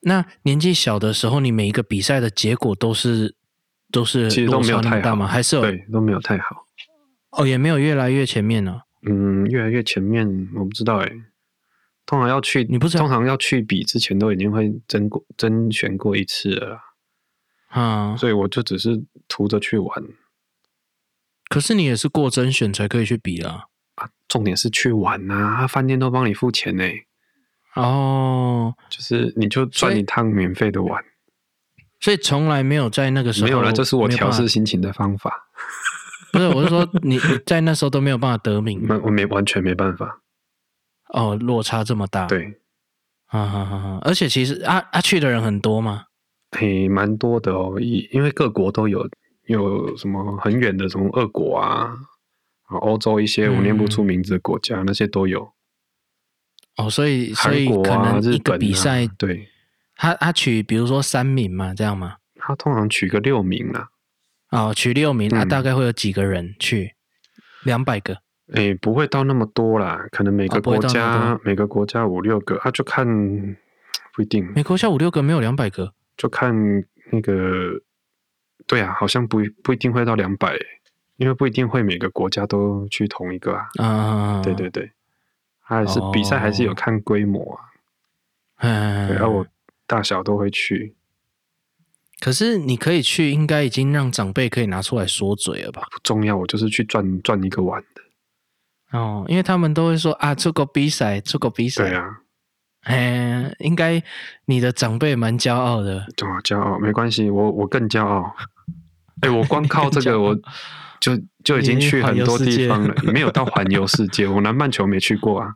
那年纪小的时候，你每一个比赛的结果都是都是其实都落没差有那太么大好吗？还是有对，都没有太好。哦，也没有越来越前面了、嗯，越来越前面，我不知道哎、通常要去，你不知道通常要去比之前都已经会甄过、甄选过一次了啦，啊。所以我就只是图着去玩可是你也是过甄选才可以去比啦。啊。重点是去玩啊，他饭店都帮你付钱呢、哦，就是你就所赚以一趟免费的玩。所以从来没有在那个时候没有啦，这是我没有调办法试，心情的方法。不是我是说你你在那时候都没有办法得名那我没完全没办法。哦，落差这么大。，对，啊哈哈哈！而且其实啊啊去的人很多嘛，嘿，蛮多的哦，以因为各国都有有什么很远的，从俄国啊，啊欧洲一些我念不出名字的国家，那些都有。哦，所以所韩以国可啊，能日一本、个啊、比赛，对他他取比如说三名嘛，这样嘛，他通常取个六名啦。哦，取六名，啊，嗯大概会有几个人去？两百个。诶，不会到那么多啦，可能每个哦不会国到那么家、每个国家五六个，他、就看不一定，美国下五六个没有两百个就看那个，对啊，好像不不一定会到两百、因为不一定会每个国家都去同一个啊。啊，对对对，还是比赛还是有看规模啊。哦嗯，对，然后啊我大小都会去，可是你可以去，应该已经让长辈可以拿出来说嘴了吧？不重要，我就是去转转一个碗的。哦，因为他们都会说啊，出国比赛，出国比赛，对啊，哎、应该你的长辈蛮骄傲的，怎么啊骄傲？没关系，我我更骄 [LAUGHS] 傲。哎，我光靠这更骄个傲我就就已经去很多地方了你已经环游世，界没有到环游世界，我南半球没去过啊。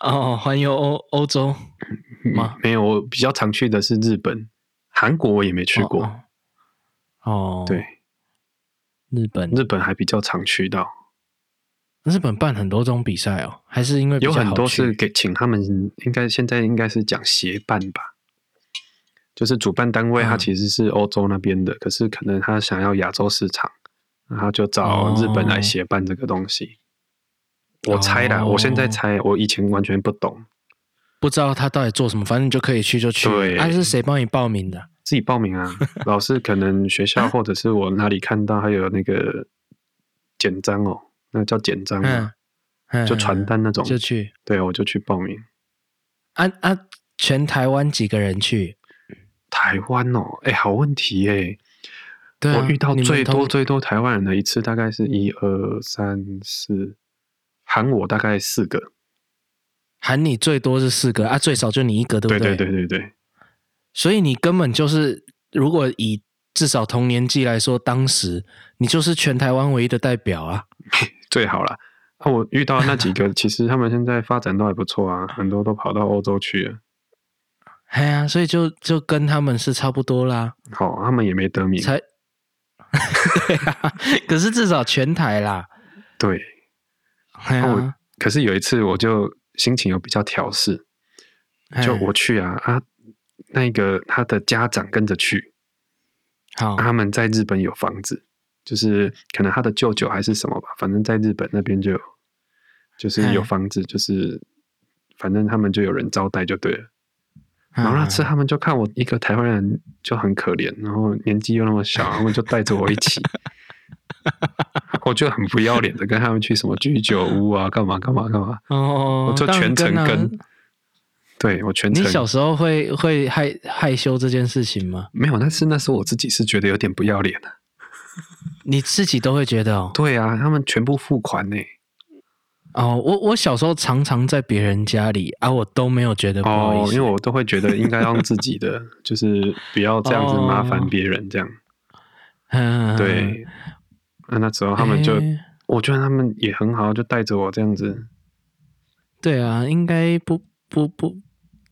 哦，环游欧欧洲 [LAUGHS] 吗嗯没有，我比较常去的是日本、韩国，我也没去过。哦，哦，对，，日本，日本还比较常去到，日本办很多种比赛哦，还是因为比有较很好多去是给请他们，应该现在应该是讲协办吧，就是主办单位嗯它其实是欧洲那边的，可是可能他想要亚洲市场，然后就找日本来协办这个东西。我猜啦，哦我现在猜，我以前完全不懂，不知道他到底做什么，反正你就可以去就去。对啊，是谁帮你报名的？自己报 [LAUGHS] 名啊，老师可能学校或者是我哪里看到还有那个简章哦，那个叫简 [LAUGHS] 章嗯啊，，嗯就传单那种，就去。对我就去报名。啊啊，全台湾几个人去？台湾哦，哎、好问题哎、对啊我遇到你们最多通最多台湾人的一次，大概是一二三四，喊我大概四个。喊你最多是四个啊，最少就你一个，对不对对对对对对，所以你根本就是，如果以至少同年纪来说，当时你就是全台湾唯一的代表啊。最好了。啊，我遇到那几 [LAUGHS] 个，其实他们现在发展都还不错啊，很多都跑到欧洲去了。哎呀，所以就就跟他们是差不多啦，好、他们也没得名。 [LAUGHS] 才对啊。可是至少全台啦，对，哎呀那我可是有一次我就心情有比较调试，就哎我去啊啊，那个他的家长跟着去，好他们在日本有房子，就是可能他的舅舅还是什么吧，反正在日本那边就有，就是有嗯房子，就是反正他们就有人招待就对了。然后那嗯次他们就看我一个台湾人就很可怜，然后年纪又那么小，他们就带着我一 [LAUGHS] 起，我就很不要脸的跟他们去什么居酒屋啊，干嘛干嘛干嘛，哦，我就全当程然跟啊。对我全你程小时候会会害害羞这件事情吗？没有，但是那时候我自己是觉得有点不要脸的、你自己都会觉得哦。对啊，他们全部付款呢、哦，我我小时候常常在别人家里啊，我都没有觉得不好意哦，思。因为我都会觉得应该让自 [LAUGHS] 己的，就是不要这样子麻烦别人，这样、嗯，对。啊那那时候他们就，哎我觉得他们也很好，就带着我这样子。对啊，应该不不不，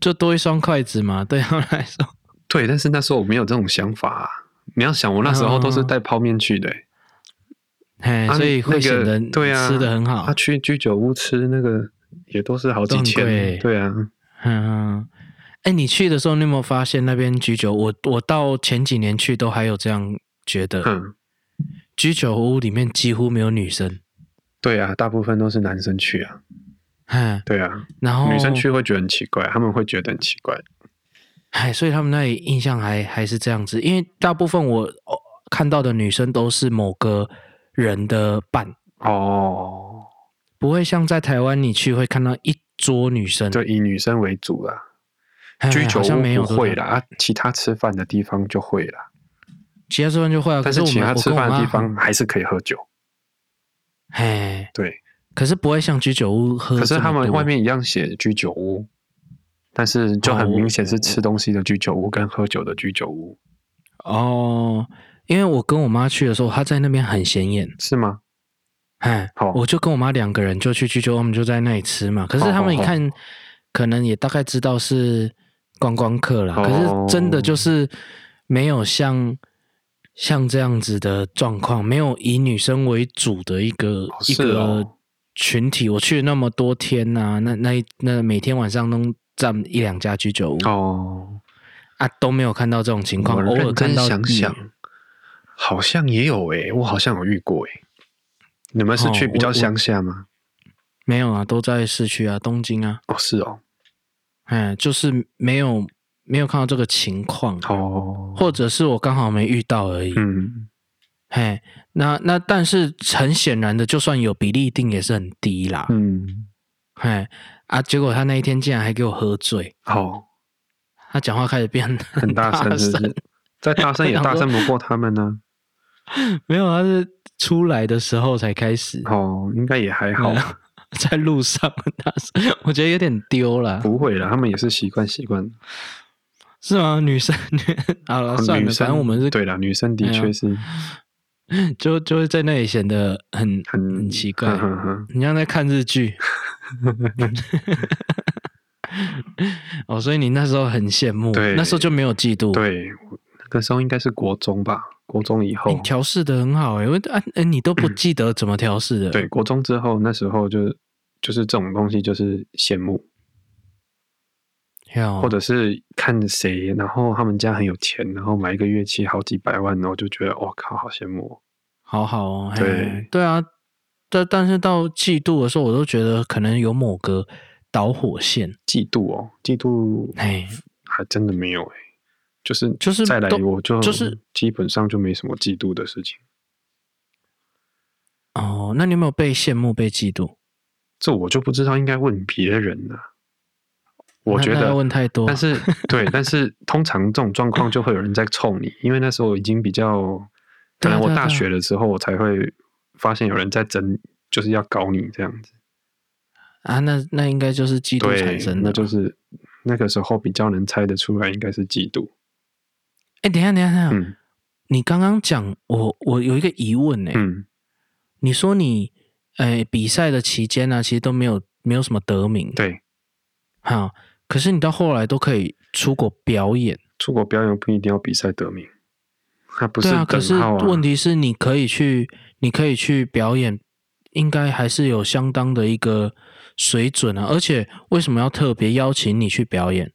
就多一双筷子嘛，对他们来说。对，但是那时候我没有这种想法、啊。你要想，我那时候都是带泡面去的、欸，嘿，啊哎所以那会个显得对啊吃的很好他、。去居酒屋吃那个也都是好几哦都很贵千，对啊，嗯，哎，你去的时候，你有没有发现那边居酒？我我到前几年去都还有这样觉得，嗯，居酒屋里面几乎没有女生。对啊，大部分都是男生去啊，嗯，对啊，然后女生去会觉得很奇怪，他们会觉得很奇怪，哎，所以他们那里印象还还是这样子，因为大部分我哦看到的女生都是某个人的伴，哦，不会像在台湾你去会看到一桌女生，就以女生为主啦、哎，居酒好像没有屋不会的，啦，啊，其他吃饭的地方就会啦。其他吃饭就会啊。可但是是我其们他我吃跟我饭的妈地方还是可以喝酒，哎，对。可是不会像居酒屋喝这么多，可是他们外面一样写居酒屋，但是就很明显是吃东西的居酒屋跟喝酒的居酒屋，哦，因为我跟我妈去的时候，她在那边很显眼，是吗？哎，哦我就跟我妈两个人就去居酒屋，我们就在那里吃嘛。可是他们一哦看，可能也大概知道是观光客啦，哦可是真的就是没有像像这样子的状况，没有以女生为主的一个、哦一是个哦群体。我去那么多天呐、那那一那每天晚上都占一两家居酒屋、哦，啊，都没有看到这种情况，我偶尔认看真到想想，好像也有诶、我好像有遇过诶、你们是去哦比较我乡下吗？没有啊，都在市区啊，东京啊。哦，是哦，哎，就是没有没有看到这个情况，啊哦，或者是我刚好没遇到而已。嗯，嘿，那那但是很显然的，就算有比例，一定也是很低啦。嗯，嘿啊，结果他那一天竟然还给我喝醉，哦，他讲话开始变很大声，是不是？再大 [LAUGHS] 声也大声不过他们呢、没有，他是出来的时候才开始，哦，应该也还好，啊在路上大声，我觉得有点丢了，不会啦，他们也是习惯习惯。是吗？女生， [LAUGHS] 好了，啊算哦女了，生反正我们是对啦，女生的哎呀确是 [LAUGHS] 就就会在那里显得很很很奇怪，呵呵呵你像在看日 [LAUGHS] 剧。哦，所以你那时候很羡慕，对那时候就没有嫉妒。，对，我那时候应该是国中吧，国中以你后，哎调试的很好哎、欸，我啊、欸，你都不记得怎么调试的。对，国中之后那时候就就是这种东西就是羡慕，哎呦，或者是看谁，然后他们家很有钱，然后买一个乐器好几百万，然后就觉得我靠，好羡慕哦。好好哦。嘿对对啊，但但是到嫉妒的时候，我都觉得可能有某个导火线，嫉妒哦，嫉妒哎，还真的没有哎、就是就是再来都我就就是基本上就没什么嫉妒的事情，哦，那你有没有被羡慕、被嫉妒？这我就不知道应该问别人了、我那觉那得要问太多，[LAUGHS] 但是对，但是通常这种状况就会有人在冲你，因为那时候已经比较，可对啊能对我啊大对啊学的时候我才会发现有人在争，就是要搞你这样子。啊，那那应该就是嫉妒对产生，的吧。那就是那个时候比较能猜得出来，应该是嫉妒。哎、等一下，等一下，等一下，嗯你刚刚讲我，我有一个疑问哎呢、嗯，你说你，哎、比赛的期间呢、其实都没有没有什么得名，对，哈，可是你到后来都可以出国表演，出国表演不一定要比赛得名，它不是对啊，可等是号啊。问题是你可以去，你可以去表演，应该还是有相当的一个水准啊，而且为什么要特别邀请你去表演？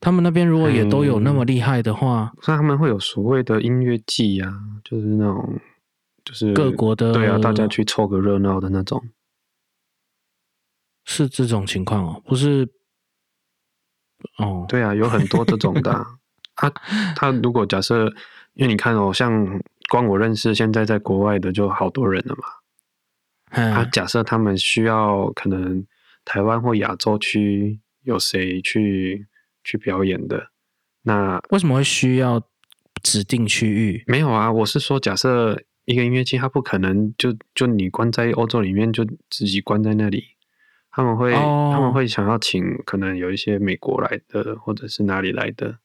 他们那边如果也都有那么厉害的话，那他们会有所谓的音乐季啊，就是那种就是各国的对啊，大家去凑个热闹的那种。是这种情况哦，不是哦，对啊，有很多这种的啊、他他如果假设，因为你看哦，像光我认识现在在国外的就好多人了嘛。他、嗯，假设他们需要可能台湾或亚洲区有谁去去表演的，那为什么会需要指定区域？没有啊。我是说，假设一个音乐季，他不可能就就你关在欧洲里面就自己关在那里。他们会、他哦们会想要请可能有一些美国来的或者是哪里来的，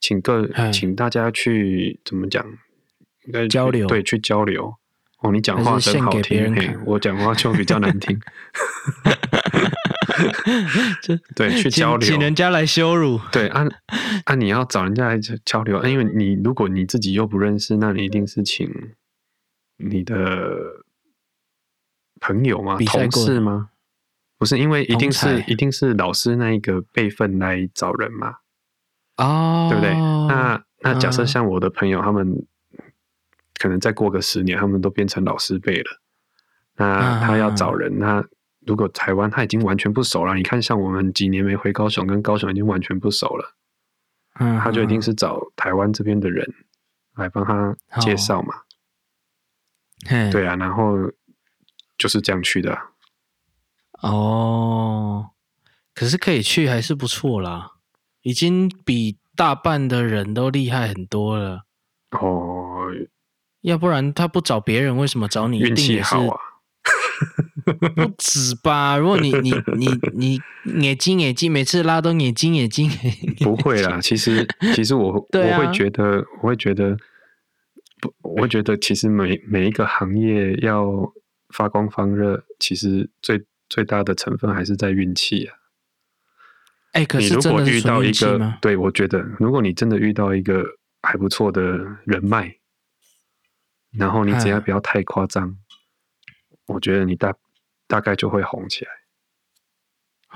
请各嗯请大家去怎么讲？应该去交流对，去交流。哦，你讲话还是真好献给别人听，嘿看我讲话就比较难 [LAUGHS] 听。 [LAUGHS] 这对，去请交流请。人家来羞辱，对，啊啊，你要找人家来交流，啊因为你如果你自己又不认识，那你一定是请你的朋友吗？比赛同过的事吗？不是，因为一定同是才一定是老师那一个辈分来找人嘛，哦，对不对？那那假设嗯像我的朋友，他们可能再过个十年，他们都变成老师辈了，啊那他要找人，那如果台湾他已经完全不熟了，你看像我们几年没回高雄，跟高雄已经完全不熟了。嗯他就一定是找台湾这边的人来帮他介绍嘛。嘿对啊，然后就是这样去的啊、哦，可是可以去还是不错啦，已经比大半的人都厉害很多了。哦，要不然他不找别人，为什么找你？运气好一定也啊！是不止吧？如果你你你你你眼睛眼睛，每次拉都眼睛眼睛，不会啦，其实 [LAUGHS] 其实我、对啊我会觉得，我会觉得不，我会觉得其实每每一个行业要发光发热，其实最最大的成分还是在运气啊。哎、可你是如真果的遇是到纯一运气个吗，？对我觉得，如果你真的遇到一个还不错的人脉，然后你只要嗯不要太夸张，我觉得你大大概就会红起来，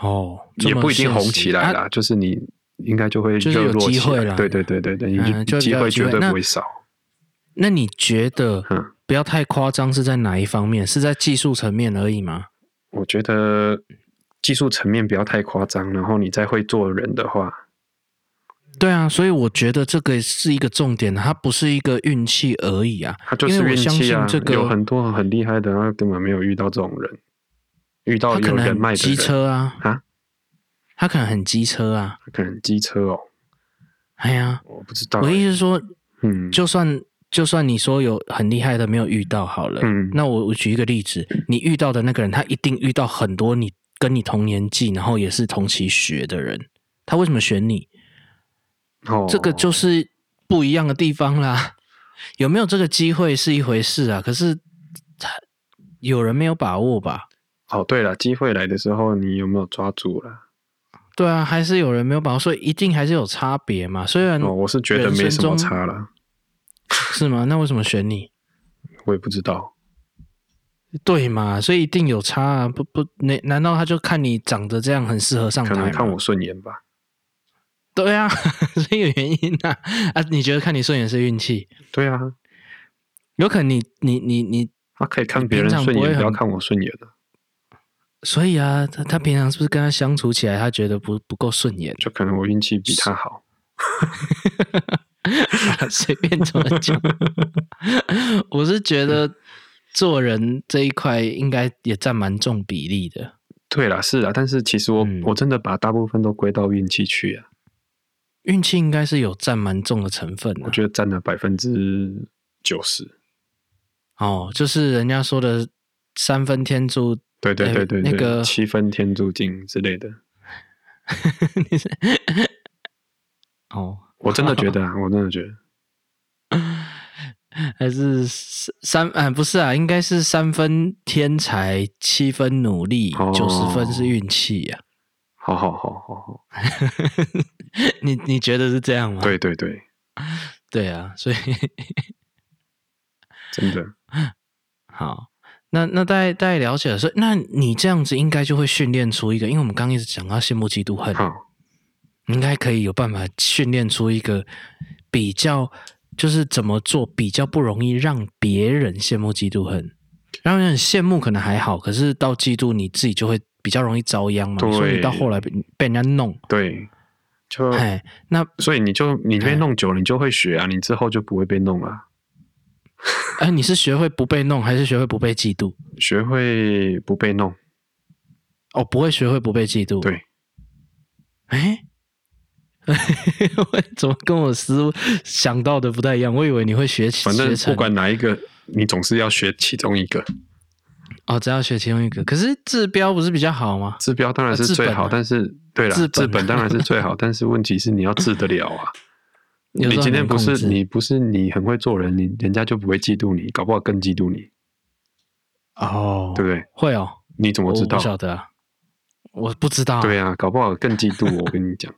哦，这也么不一定现红实起来啊啦，就是你应该就会就是有热络机起会来。啦对对对对对，嗯你就比机较有会机绝会对那不会少。那你觉得嗯不要太夸张是在哪一方面？是在技术层面而已吗？我觉得技术层面不要太夸张，然后你再会做人的话，对啊，所以我觉得这个是一个重点，它不是一个运气而已啊。他就是因为运我相气啊信，这个有很多很厉害的，他根本没有遇到这种人，遇到他可有能人很脉的机人，车啊，啊，他可能很机车啊。可能机车哦，哎呀，我不知道我的欸，意思是说，嗯，就算就算你说有很厉害的没有遇到好了，嗯那我我举一个例子，你遇到的那个人，他一定遇到很多你跟你同年纪，然后也是同期学的人，他为什么选你？哦，这个就是不一样的地方啦。 [LAUGHS] 有没有这个机会是一回事啊，可是他有人没有把握吧？哦，对了，机会来的时候，你有没有抓住了？对啊，还是有人没有把握，所以一定还是有差别嘛。虽然、哦，我是觉得人生没什么中差了，是吗？那为什么选你？我也不知道，对嘛，所以一定有差啊！不不，难难道他就看你长得这样很适合上台可能吗？看我顺眼吧。对啊， [LAUGHS] 所以有原因啊啊！你觉得看你顺眼是运气？对啊，有可能你你你你，他可以看别人平常顺不眼，会不要很看我顺眼啊所以啊，他他平常是不是跟他相处起来，他觉得不不够顺眼？就可能我运气比他好。 [LAUGHS] 随便怎么讲， [LAUGHS] 我是觉嗯得做人这一块应该也占蛮重比例的。对啦，是啊啦，但是其实我、嗯我真的把大部分都归到运气去啊，运气应该是有占蛮重的成分的、啊我觉得占了百分之九十。哦，就是人家说的三分天注，对对哎对对对，那个七分天注定之类的，你是哦，我真的觉得啊，我真的觉得，还是三啊、不是啊，应该是三分天才，七分努力哦，九十、分是运气啊呀、好好好好好， [LAUGHS] 你你觉得是这样吗？对对对，对啊，所以真的，好，那那大概大概了解了，所以那你这样子应该就会训练出一个，因为我们刚刚一直讲到羡慕嫉妒恨，好，你应该可以有办法训练出一个比较，就是怎么做比较不容易让别人羡慕嫉妒恨。让人羡慕可能还好，可是到嫉妒你自己就会比较容易遭殃嘛。对嗯你说你到后来被被人家弄，对，就哎，那所以你就你哎被弄久了，你就会学啊，你之后就不会被弄啊了，哎、你是学会不被弄，还是学会不被嫉妒？学会不被弄，哦，不会学会不被嫉妒。对，哎、 [LAUGHS] 我怎么跟我思想到的不太一样？我以为你会学起，反正学成不管哪一个，你总是要学其中一个。哦，只要学其中一个。可是治标不是比较好吗？治标当然是啊治最本好，啊但是对了，治本啊治本当然是 [LAUGHS] 最好，但是问题是你要治得了啊。有时你候很今天难不控是制你不是你很会做人，你人家就不会嫉妒你，搞不好更嫉妒你，哦，啊对不对？会哦，你怎么知道不？晓得啊，我不知道、啊。对啊，搞不好更嫉妒我。我跟你讲，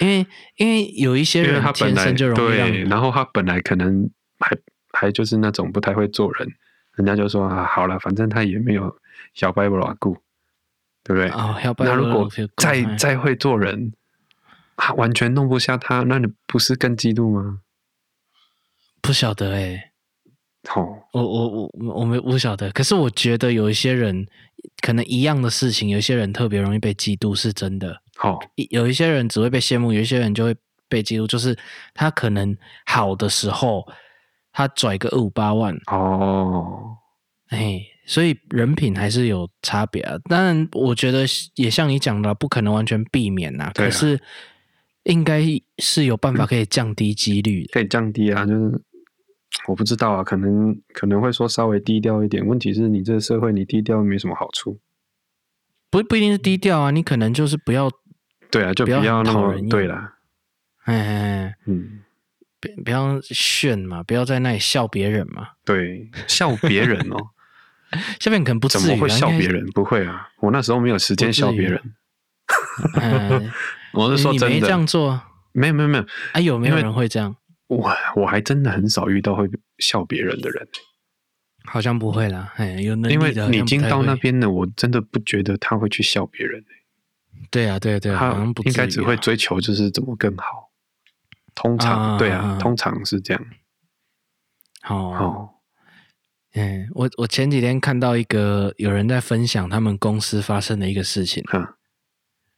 因为因为有一些因为人他本天来生就容易让对，你然后他本来可能还还就是那种不太会做人，人家就说啊，好了，反正他也没有小白不老顾，对不对？哦，要不那然如果再哎再会做人，他完全弄不下他，那你不是更嫉妒吗？不晓得哎、哦，我我我我我没不晓得，可是我觉得有一些人可能一样的事情，有一些人特别容易被嫉妒，是真的。好，一有一些人只会被羡慕，有一些人就会被嫉妒，就是他可能好的时候，他拽个二五八万，哦，哎，所以人品还是有差别啊。当然，我觉得也像你讲的，不可能完全避免呐、对啊嗯可是应该是有办法可以降低几率的。可以降低啊，就是我不知道啊，可能可能会说稍微低调一点。问题是你这个社会你低调没什么好处，不不一定是低调啊，你可能就是不要，对啊，就不要要很那讨么人厌对啦，哎，嗯，不不要炫嘛，不要在那里笑别人嘛。对，笑别人哦，下面可能不至怎于啊么会笑别？ [LAUGHS] 应人？不会啊，我那时候没有时间不至笑别于啊人，该嗯，我是说你真没这样的，做啊？没有没有没有，啊有没有因为人会这样？我我还真的很少遇到会笑别人的人，好像不会啦，哎，有能因为力的好像你已不经太到那会，边了，我真的不觉得他会去笑别人。对啊，对啊，对啊，好他像不应该至于只啊会追求就是怎么更好。通常、啊对啊啊啊，通常是这样。哦，哦，嗯，我我前几天看到一个有人在分享他们公司发生的一个事情，哈，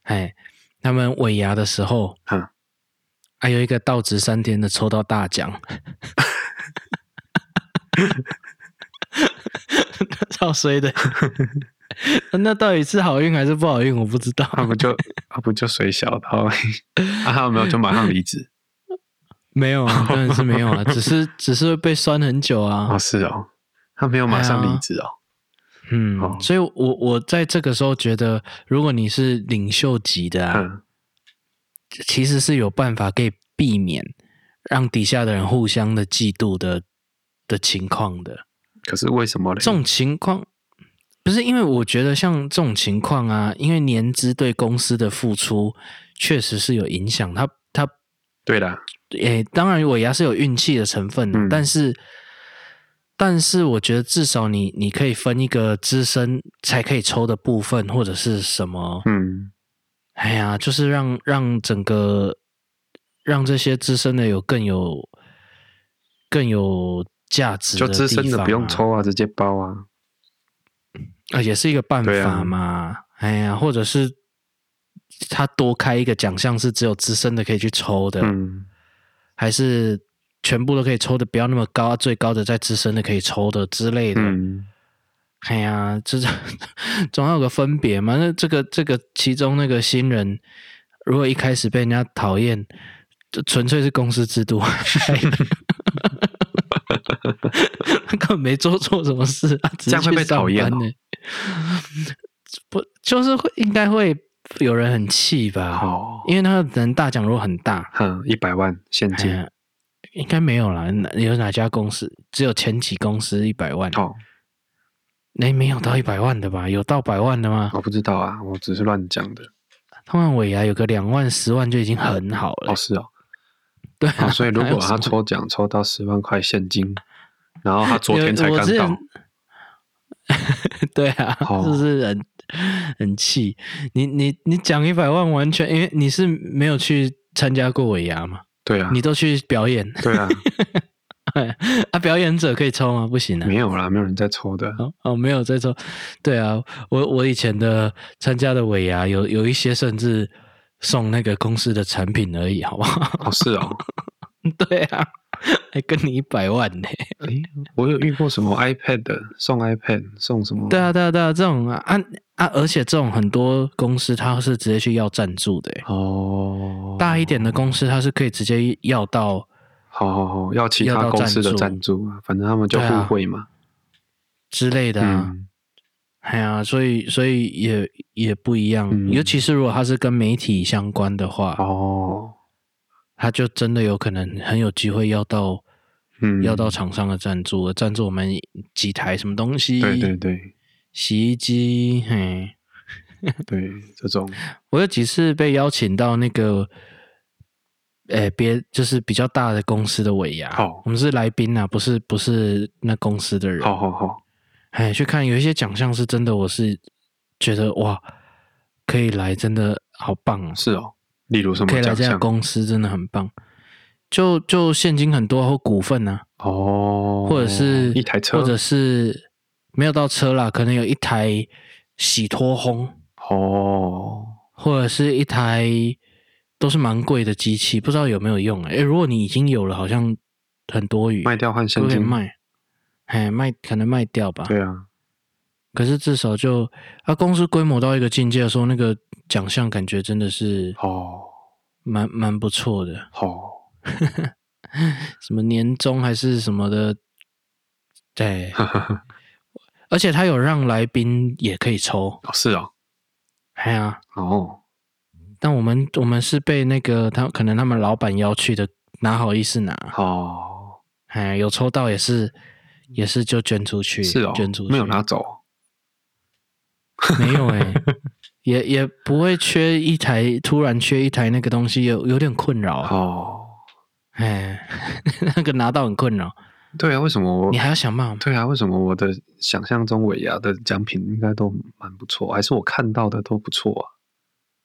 哎，他们尾牙的时候嗯，还有一个到职三天的抽到大 [LAUGHS] 奖，超衰的。 [LAUGHS] 那到底是好运还是不好运？我不知道。 [LAUGHS] 他不 [LAUGHS] 就他不就水小到，啊，他有没有就马上离 [LAUGHS] 职？没有啊，当然是没有啊，只是只是被酸很久啊。哦，是哦，他没有马上哎呀离职哦。嗯，哦所以我我在这个时候觉得，如果你是领袖级的、啊，嗯，其实是有办法可以避免让底下的人互相的嫉妒的的情况的。可是为什么嘞这？种情况不是因为我觉得像这种情况啊，因为年资对公司的付出确实是有影响。它它对啦，诶，当然尾牙是有运气的成分的，嗯但是但是我觉得至少你你可以分一个资深才可以抽的部分，或者是什么，嗯，哎呀，就是让让整个让这些资深的有更有更有价值就的资深地的方不用啊抽啊，直接包啊。啊，也是一个办对啊法嘛。哎呀，或者是他多开一个奖项是只有资深的可以去抽的，嗯，还是全部都可以抽的，不要那么高，啊最高的在资深的可以抽的之类的。嗯，哎呀，这 [LAUGHS] 总要有个分别嘛。那这个这个其中那个新人，如果一开始被人家讨厌，这纯粹是公司制度害的。他 [LAUGHS] 根本没做错什么事啊，只这是样会被去上讨厌班哦呢。不，就是会应该会有人很气吧？好，因为他可能大奖如果很大，哼，一百万现哎金。呀应该没有啦。哪有哪家公司只有前几公司一百万？哦，哎，没有到一百万的吧？有到百万的吗？我不知道啊，我只是乱讲的。通常尾牙有个两万、十万就已经很好了。哦，是哦，对啊、哦，所以如哪有果什他么抽奖抽到十万块现金，然后他昨天才有我刚之前到， [LAUGHS] 对啊，哦是不是很很气？你你你讲一百万，完全因为你是没有去参加过尾牙嘛，对啊，你都去表演 [LAUGHS] 对啊，啊？表演者可以抽吗？不行啊。没有啦，没有人在抽的。哦哦，没有在抽。对啊，我我以前的参加的尾牙有有一些甚至送那个公司的产品而已，好 [LAUGHS] 不好？哦，是哦，对啊，还跟你一百万呢、诶，我有遇过什么 iPad 的，送 iPad，送什么？对啊，对啊，对啊，这种啊啊啊，而且这种很多公司它是直接去要赞助的欸，哦，大一点的公司它是可以直接要到，好好好，要其要他到公司的赞赞助啊，反正他们就对啊互惠嘛。之类的啊，嗯，哎呀，所以所以也也不一样，嗯尤其是如果它是跟媒体相关的话，哦，它就真的有可能很有机会要到嗯，要到厂商的赞助，而赞助我们几台什么东西，对对对洗衣机，嘿，对，这种我有几次被邀请到那个，诶、别就是比较大的公司的尾牙，好我们是来宾啊，不是不是那公司的人，好好好，哎，去看有一些奖项是真的，我是觉得哇，可以来，真的好棒啊，是哦。例如什可以么来奖这家项？公司真的很棒，就就现金很多或股份啊，哦，或者是一台车，或者是没有到车啦，可能有一台洗脱烘，哦，或者是一台都是蛮贵的机器，不知道有没有用、欸。诶如果你已经有了，好像很多余，卖掉换都现可以金，卖，哎，卖可能卖掉吧。对啊，可是至少就啊，公司规模到一个境界的时候，那个奖项感觉真的是哦，蛮蛮不错的，好，什么年终还是什么的， [LAUGHS] 对，而且他有让来宾也可以抽，哦是哦，哎呀、哦，但我们我们是被那个他可能他们老板邀去的，哪好意思拿？好，哎，有抽到也是也是就捐出去，是哦捐出，去没有拿走，没有 [LAUGHS] 哎、也也不会缺一台，突然缺一台那个东西有有点困扰啊，哦，哎， [LAUGHS] 那个拿到很困扰，对啊，为什么我你？还要想办法。对啊，为什么我的想象中尾牙的奖品应该都蛮不错，还是我看到的都不错啊？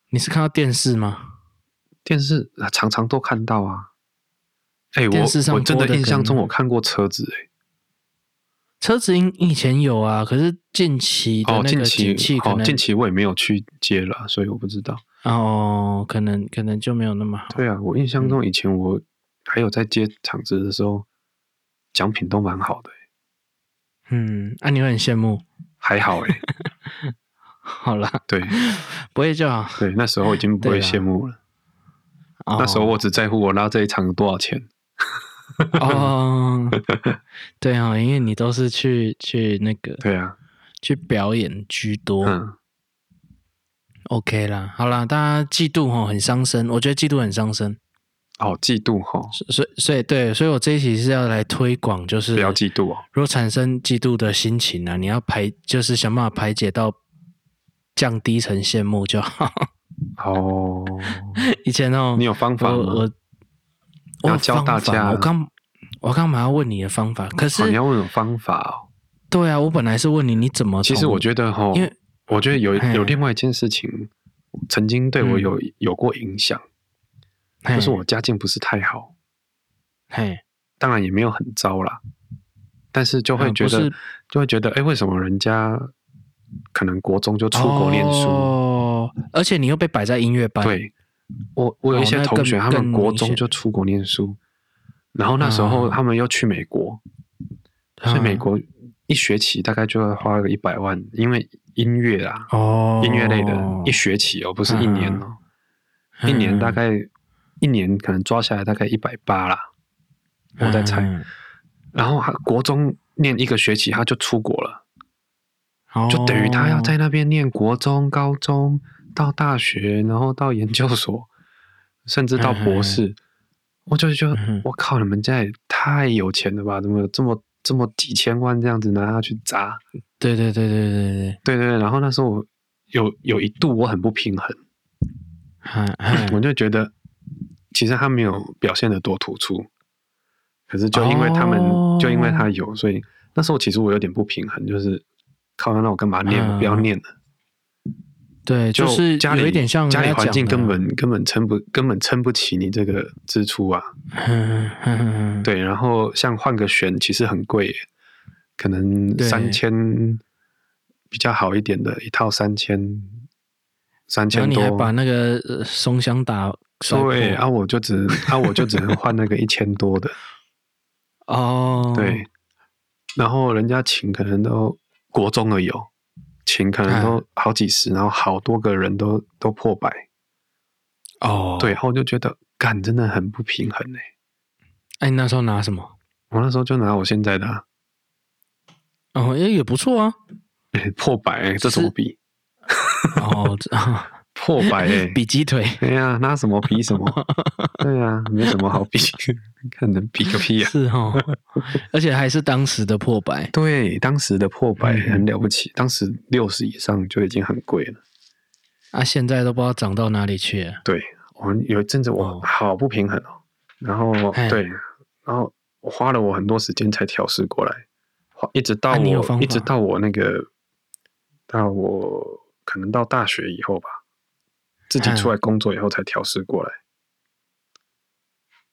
你是看到电视吗？电视啊常常都看到啊。哎、电视上我我真播的的印象跟中我看过车子、车子以以前有啊，可是近期哎，的哦，那近个期景气可哦，能近期我也没有去接了，所以我不知道。哦，可能可能就没有那么好。对啊，我印嗯象中以前我还有在接场子的时候，奖品都蛮好的欸、嗯，啊，你会很羡慕。 [LAUGHS] 还好哎、好啦，对不会就好。对，那时候已经不对会啦羡慕了。哦那时候我只在乎我拉这一场多少钱。哦， [LAUGHS] 对哦，因为你都是去去那个对啊，去表演居多、嗯， o k 啦，好啦，大家嫉妒哦，很伤身，我觉得嫉妒很伤身，哦，嫉妒哈，所所以所以对，所以我这一期是要来推广，就是不要嫉妒哦。如果产生嫉妒的心情啊，你要排，就是想办法排解到降低成羡慕就好。 [LAUGHS] 哦，以前哦，你有方法我吗？我我要有教大方法家我刚我刚嘛要问你的方法，可是、哦你要问有方法哦。对啊，我本来是问你你怎么从，其实我觉得哈因为，哎我觉得有嘿有另外一件事情，曾经对嗯我有有过影响，嘿就是我家境不是太好，嘿当然也没有很糟啦，但是就会嗯觉不得是就会觉得，哎，为什么人家可能国中就出国念书？哦，而且你又被摆在音乐班，对，我我有一哦些那同更学，他们更国明中显就出国念书，然后那时候嗯他们又去美国，所以美国一学期大概就要花个一百万，因为音乐啊，哦，嗯音乐类的，一学期哦，不是一年哦，一年大概一年可能抓下来大概一百八啦，我在猜。嗯然后他国中念一个学期他就出国嗯了，哦就等于他要在那边念国中、高中到大学，然后到研究所，甚至到博士。我就觉得嗯哼，我靠，你们家也太有钱了吧？怎么有这么这么几千万这样子拿下去砸？对对对对对对，对对对。然后那时候我有有一度我很不平衡。嗨嗨 [COUGHS] 我就觉得，其实他没有表现的多突出，可是就因为他们，哦就因为他有，所以那时候其实我有点不平衡，就是靠，那我干嘛念？嗯我不要念了，对，就就是家里有一点像家里人家环讲境的根本根本撑不根本撑不起你这个支出啊。嗯嗯嗯嗯对，然后像换个弦其实很贵耶，可能对三千比较好一点的一套三千三然千后你多，还把那个呃松香打甩破对啊，我就只啊我就只能换那个一千多的。哦，对，然后人家琴可能都国中的有，琴可能都哎好几十，然后好多个人都都破百，哦，对，然，后我就觉得干真的很不平衡哎、哎，你那时候拿什么？我那时候就拿我现在的、啊 [LAUGHS] 哦，也也不错啊。哎破百、欸，这怎么是比？哦， [LAUGHS] 这破百哎、 [LAUGHS] 比鸡腿，哎呀，拿什么比什 [LAUGHS] 么？对呀、没什么好比，看能比个屁呀、啊是哦， [LAUGHS] 而且还是当时的破百。对，当时的破百嗯很了不起，当时六十以上就已经很贵了。啊，现在都不知道涨到哪里去了。对，我有一阵子我哦哎好不平衡哦，然后嘿对，然后我花了我很多时间才调试过来，花一直到啊你有我、方法一直到我那个到我可能到大学以后吧，自己嗯出来工作以后才调试过来。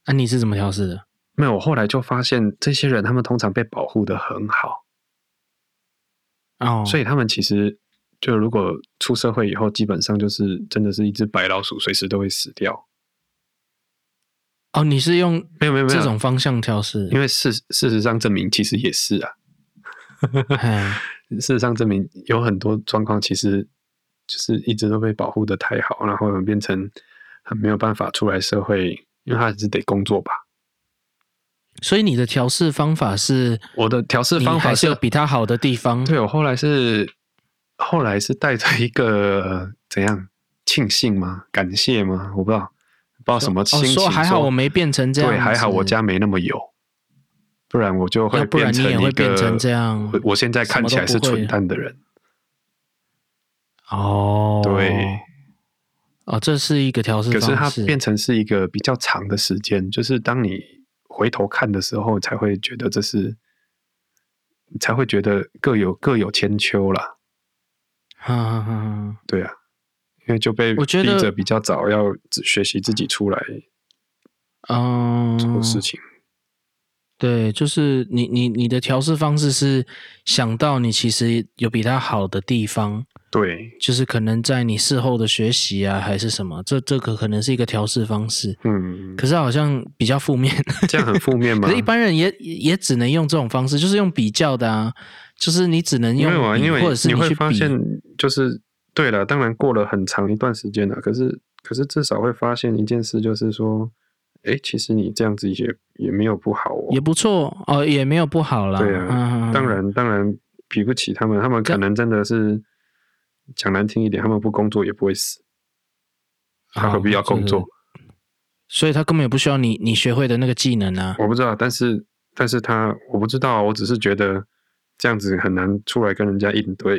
啊，你是怎么调试的？没有，我后来就发现这些人他们通常被保护的很好，哦，所以以他们其实就如果出社会以后，基本上就是真的是一只白老鼠，随时都会死掉。哦，你是用没有没有没有，这种方向调试，因为事事实上证明其实也是啊。嘿事实上证明有很多状况其实就是一直都被保护的太好，然后变成很没有办法出来社会，因为他还是得工作吧。所以你的调试方法是 [LAUGHS] 我的调试方你法还是是有，比他好的地方。对我后来是后来是带着一个、呃怎样庆幸吗？感谢吗？我不知道，不知道什么心哦，情。说还好我没变成这样，对，还好我家。家没那么油，不然我就会要不然变你成也会一变个成这样我我现在看起来什是么都不会蠢蛋的人，哦，对。哦，这是一个调试可方式。是它变成是一个比较长的时间，就是当你回头看的时候，才会觉得这是，才会觉得各有各有千秋啦。哈哈哈哈，对啊，因为就被我觉得逼着比较早要自学习自己出来做嗯，事情。对，就是你你你的调试方式是想到你其实有比他好的地方，对，就是可能在你事后的学习啊，还是什么，这这个可能是一个调试方式。嗯，可是好像比较负面， [LAUGHS] 这样很负面吗可是？一般人也也也只能用这种方式，就是用比较的啊，就是你只能没用有啊，比因为或者是你去会比。发现，就是对了，当然过了很长一段时间了，可是可是至少会发现一件事，就是说，哎，其实你这样子也也没有不好哦也。不错哦，也没有不好啦。对啊嗯、当然，当然比不起他们，他们可能真的是讲难听一点，他们不工作也不会死，他好何必要工作？对对所以他根本也不需要你你学会的那个技能啊。我不知道，但是但是他我不知道啊，我只是觉得这样子很难出来跟人家应对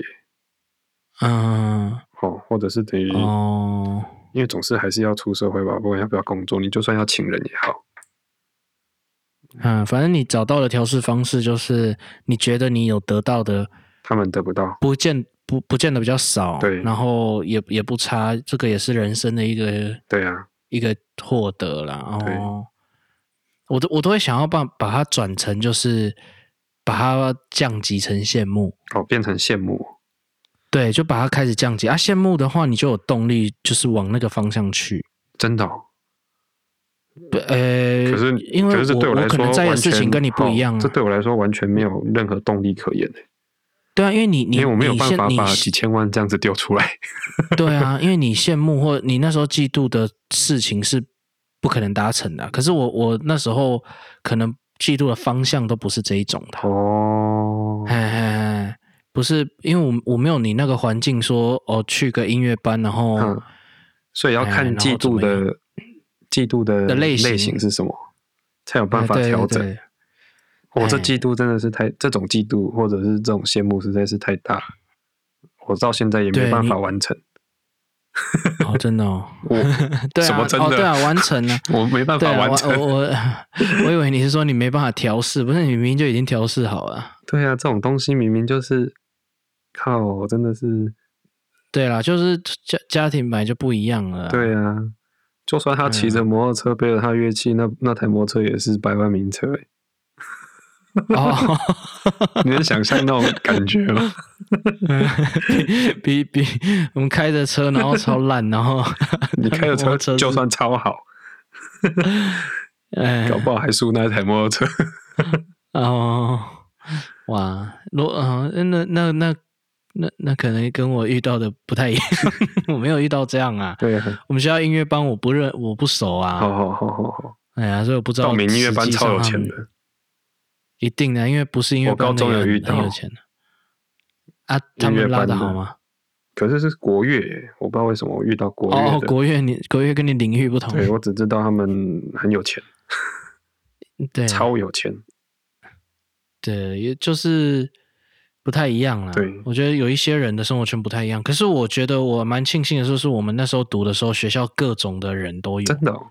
嗯，哦，或者是等于、哦，因为总是还是要出社会吧，不管要不要工作，你就算要请人也好，嗯，反正你找到的调试方式就是你觉得你有得到的，他们得不到。不见不不见得比较少，对然后也也不差，这个也是人生的一个对啊，一个获得啦。对哦，我都我都会想要把把它转成就是把它降级成羡慕，哦，变成羡慕，对，就把它开始降级啊。羡慕的话，你就有动力，就是往那个方向去。真的、哦。不呃，可是，因为可是这对我来可说，能在意的完事情全跟你不一样哦啊这。对我来说完全没有任何动力可言欸对啊，因为你你因为我没有你办现法你把现几千万这样子丢 [LAUGHS] 出来。对啊，因为你羡慕或你那时候嫉妒的事情是不可能达成的啊、可是我我那时候可能嫉妒的方向都不是这一种的，啊哦哎哎哎，不是因为我我没有你那个环境说哦去个音乐班，然后、嗯， [LAUGHS] 所以要哎看然后嫉妒怎么的嫉妒的的类类型型是什么，才有办哎法对调对整。对我、这哎嫉妒真的是太，这种嫉妒或者是这种羡慕实在是太大了，我到现在也对没办你法完成。哦真的 [LAUGHS] 哦，我对什啊么真哦的对啊完成 [LAUGHS] 了、我没办对法啊，完我成。我我我以为你是说你没办法调试，不是你明明就已经调试好了。 [LAUGHS] 对啊，这种东西明明就是靠，真的是对啦，就是家家庭本来就不一样了啦。对啊。就算他骑嗯着摩托车背着他乐器，那那台摩托车也是百万名车、欸，哦， [LAUGHS] 你能想象那种感觉吗？比比我们开着车，然后超烂，然 [LAUGHS] 后 [LAUGHS] 你开的摩托车车是就算超好， [LAUGHS] 哎搞不好还输那台摩托车。哦哇，如啊、那那那那那可能跟我遇到的不太一样， [LAUGHS] 我没有遇到这样啊。对啊，我们学校音乐班我不认我不熟 [LAUGHS] 好啊，好好好好，哎呀，所以我不知道。报名音乐班超有钱，的，一定的，因为不是音乐班我高中的有也遇很到很有钱的啊，他们拉的好吗？可是是国乐欸，我不知道为什么我遇到国哦，乐哦的。国乐你国乐跟你领域不同，对，我只知道他们很有钱，对，啊超有钱。对，也就是不太一样啦。对我觉得有一些人的生活圈不太一样。可是我觉得我蛮庆幸的就是，我们那时候读的时候，学校各种的人都有真。的哦、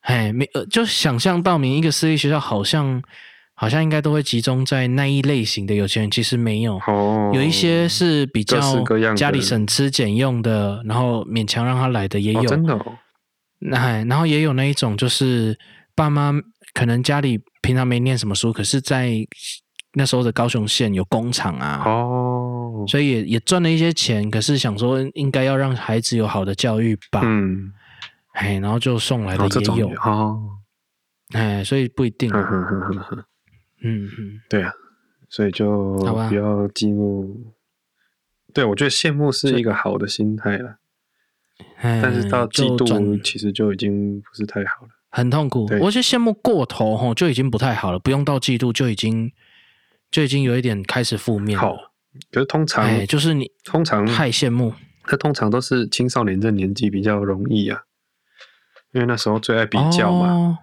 哎，没呃，就想象到明一个私立学校好像好像应该都会集中在那一类型的有钱人，其实没有。哦，有一些是比较各式各样的家里省吃俭用的，然后勉强让他来的也有，哦，真的、哦，那还然后也有那一种就是爸妈可能家里平常没念什么书，可是在那时候的高雄县有工厂啊，哦，所以也也赚了一些钱，可是想说应该要让孩子有好的教育吧，嗯，哎，然后就送来然的后这也种有也，哦，嗯哎，所以不一定，呵呵呵呵呵，嗯嗯，对啊，所以就好吧不要激怒。对，我觉得羡慕是一个好的心态了，哎但是到就嫉转妒其实就已经不是太好了。很痛苦对，我觉得羡慕过头吼就已经不太好了，不用到嫉妒就已经就已经有一点开始负面好嗯了，，可是通常、哎，就是你通常太羡慕，这通常都是青少年这年纪比较容易啊，因为那时候最爱比较嘛。哦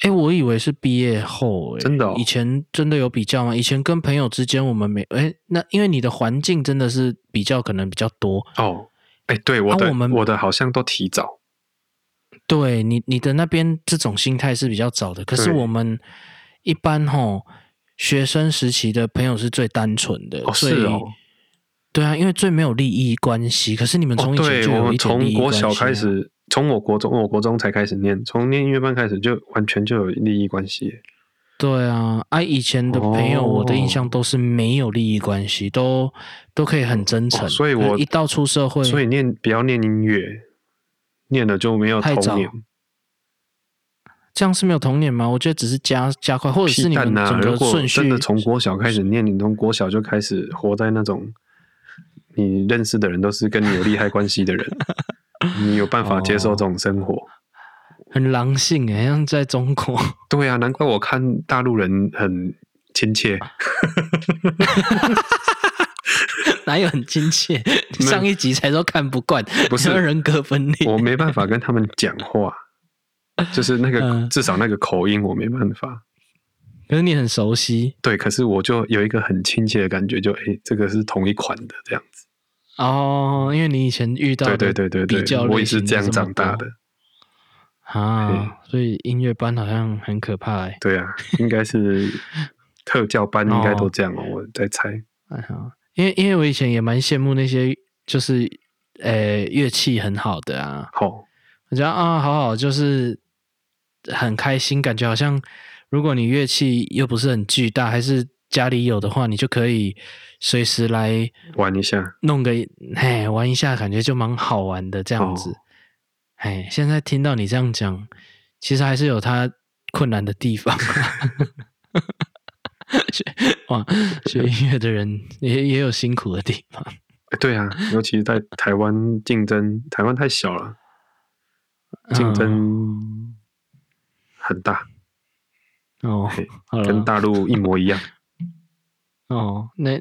哎、我以为是毕业后、哎，真的哦以前真的有比较吗？以前跟朋友之间，我们没，哎、那因为你的环境真的是比较可能比较多，哦，哎、对，我的、啊我们的好像都提早，对你你的那边这种心态是比较早的。可是对我们一般吼学生时期的朋友是最单纯的，哦最是哦对啊，因为最没有利益关系。可是你们哦，从以前对，就我有一点利们从益国关系、啊小开，始，从我国中，我国中才开始念，从念音乐班开始就完全就有利益关系耶，对啊，啊，以前的朋友，哦我的印象都是没有利益关系，都都可以很真诚。哦所以我可是一到出社会，所以念不要念音乐，念了就没有太童早年。这样是没有童年吗？我觉得只是加加快，或者是屁你们蛋呐、整如个果顺序真的从国小开始念，你从国小就开始活在那种你认识的人都是跟你有利害关系 [LAUGHS] 的人，你有办法接受这种生哦活？很狼性、欸，好像在中国。 [LAUGHS] 对啊，难怪我看大陆人很亲切。啊哪有很亲切？上一集才说看不惯，不是还有人格分裂。我没办法跟他们讲 [LAUGHS] 话，就是那个、嗯至少那个口音我没办法。可是你很熟悉对，可是我就有一个很亲切的感觉，就诶、这个是同一款的这样子。哦，因为你以前遇到对的对对对啊比较对，我也类是型这样没么长大多的。啊，所以音乐班好像很可怕哎、对啊，应该是特教班应该都这样哦，哦我在猜。哎呀，因为因为我以前也蛮羡慕那些就是呃乐器很好的啊，好，我觉得啊，好好，就是很开心，感觉好像如果你乐器又不是很巨大，还是家里有的话，你就可以随时来玩一下。弄个嘿玩一下，感觉就蛮好玩的这样子哦。哎、现在听到你这样讲，其实还是有它困难的地方。 [LAUGHS] 学哇，学音乐的人也也有辛苦的地方。诶对啊，尤其在台湾竞争，台湾太小了，竞嗯争很大，哦嘿，好了跟大陆一模一样。哦，那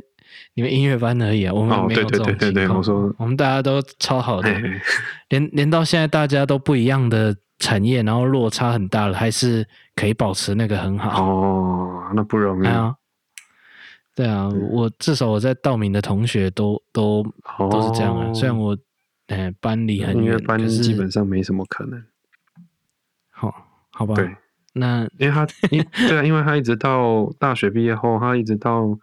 你们音乐班而已啊，我们哦没有这对对种对对对情况我说我们大家都超好的嘿，嘿连连到现在大家都不一样的产业，然后落差很大了，还是可以保持那个很好。哦，那不容易哎。呀，对啊，我至少我在道明的同学都都都是这样啊，哦嗯虽然我呃班离很音远乐，班可是基本上没什么可能。好、好吧，对，那因为他，因对啊，因为他一直到大学毕业后，他一直到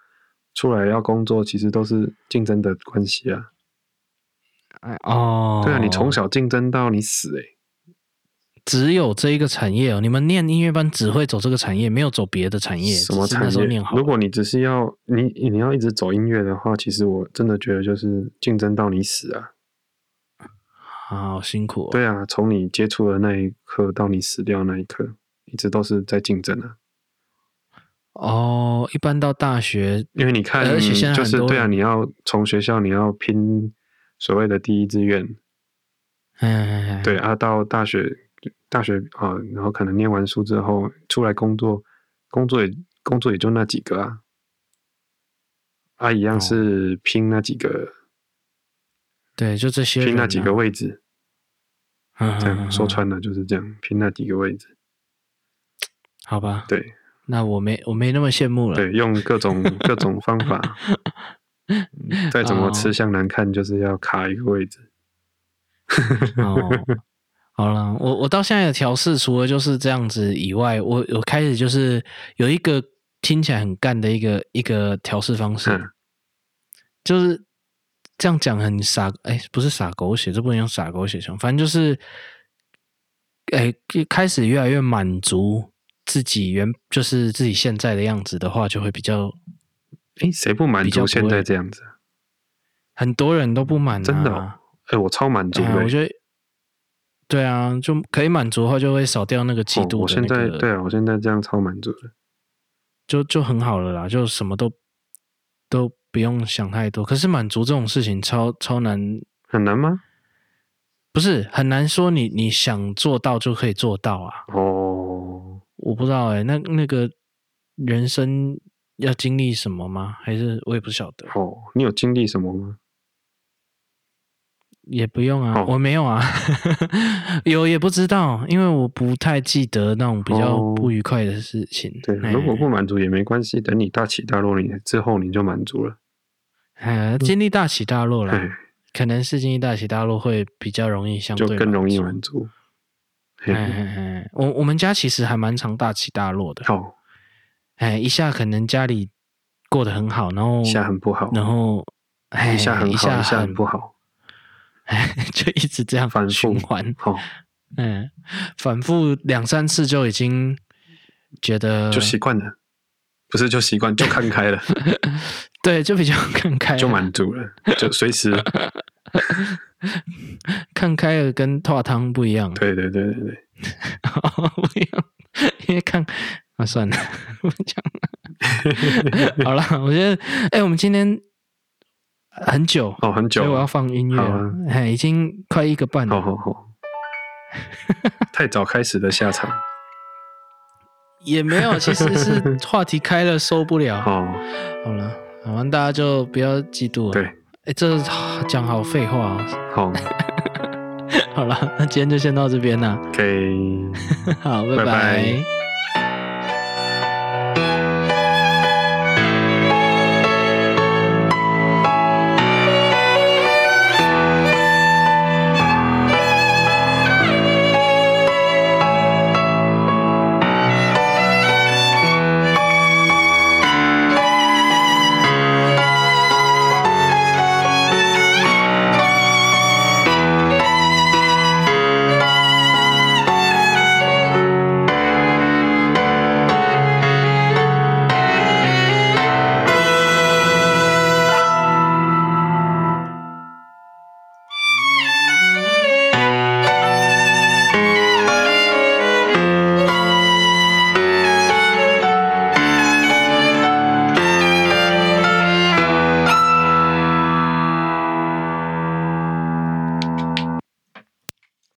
出来要工作，其实都是竞争的关系啊。哎哦，对啊，你从小竞争到你死诶、欸只有这一个产业哦，你们念音乐班只会走这个产业，没有走别的产业，什么只是那产时候业念好？了如果你只是要你你要一直走音乐的话，其实我真的觉得就是竞争到你死啊！啊，好辛苦、哦。对啊，从你接触的那一刻到你死掉那一刻，一直都是在竞争啊。哦，一般到大学，因为你看，而且现在就很是多对啊，人你要从学校你要拼所谓的第一志愿，嗯，对啊，到大学大学啊，然后可能念完书之后出来工作，工作也工作也就那几个啊，啊，一样哦是拼那几个、对，就这些人、拼啊，那几个位置。嗯，这样说穿，穿了就是这样，拼那几个位置。好吧，对 [LAUGHS] 那我没我没那么羡慕了。对，用各 [LAUGHS] 种各种方法，嗯再怎么哦吃相难看，就是要卡一个位置。 [LAUGHS] 哦，好了，我我到现在的调试，除了就是这样子以外，我我开始就是有一个听起来很干的一个一个调试方式，嗯就是这样讲很傻，哎、不是傻狗血，这不能用傻狗血形容，反正就是，哎、开始越来越满足自己原就是自己现在的样子的话，就会比较诶，谁不满比较足不现在会这样子啊？很多人都不满、啊，真的哦诶，我超满足对啊，我的欸。觉得，对啊，就可以满足的话，就会少掉那个嫉哦妒我的现那在个，对啊，我现在这样超满足的。就就很好了啦，就什么都都不用想太多。可是满足这种事情超超难，很难吗？不是很难说你你想做到就可以做到啊。哦，我不知道哎、那那个人生要经历什么吗？还是我也不晓得，哦，你有经历什么吗？也不用啊，哦我没有啊， [LAUGHS] 有也不知道，因为我不太记得那种比较哦不愉快的事情。对啊，哎如果不满足也没关系，等你大起大落，你之后你就满足了。嗯呃，经历大起大落啦，嘿，可能是经历大起大落会比较容易相就对更容易满满足。足。嘿哎哎哎，我我们家其实还蛮常大起大落的。哦，哎，一下可能家里过得很好，然后一下很不好，然后哎一下很一好，下一下很很不，好。哎， [LAUGHS] 就一直这样反复循环，好，嗯，反复两三次就已经觉得就习惯了，不是就习惯就 [LAUGHS] 看开了，对，就比较 [LAUGHS] 看开了，就满足了，就随时看开了跟泡汤不一样，对对对对对， [LAUGHS] 哦不一样，因为看啊算了， [LAUGHS] 不讲了。 [LAUGHS] 好了，我觉得，哎、我们今天很久，哦，很久所以哎我要了，放音乐好啊了，哎、已经快一个半了。[LAUGHS] 好好好，太早开始的下场也没 [LAUGHS] 有，其实是话题开了收不了。好 [LAUGHS] 哦，了，好了，大家就不要嫉妒了。对，哎，这讲好废话哦。好好了，那今天就先到这边啦。 [LAUGHS] ，OK。好，拜拜拜拜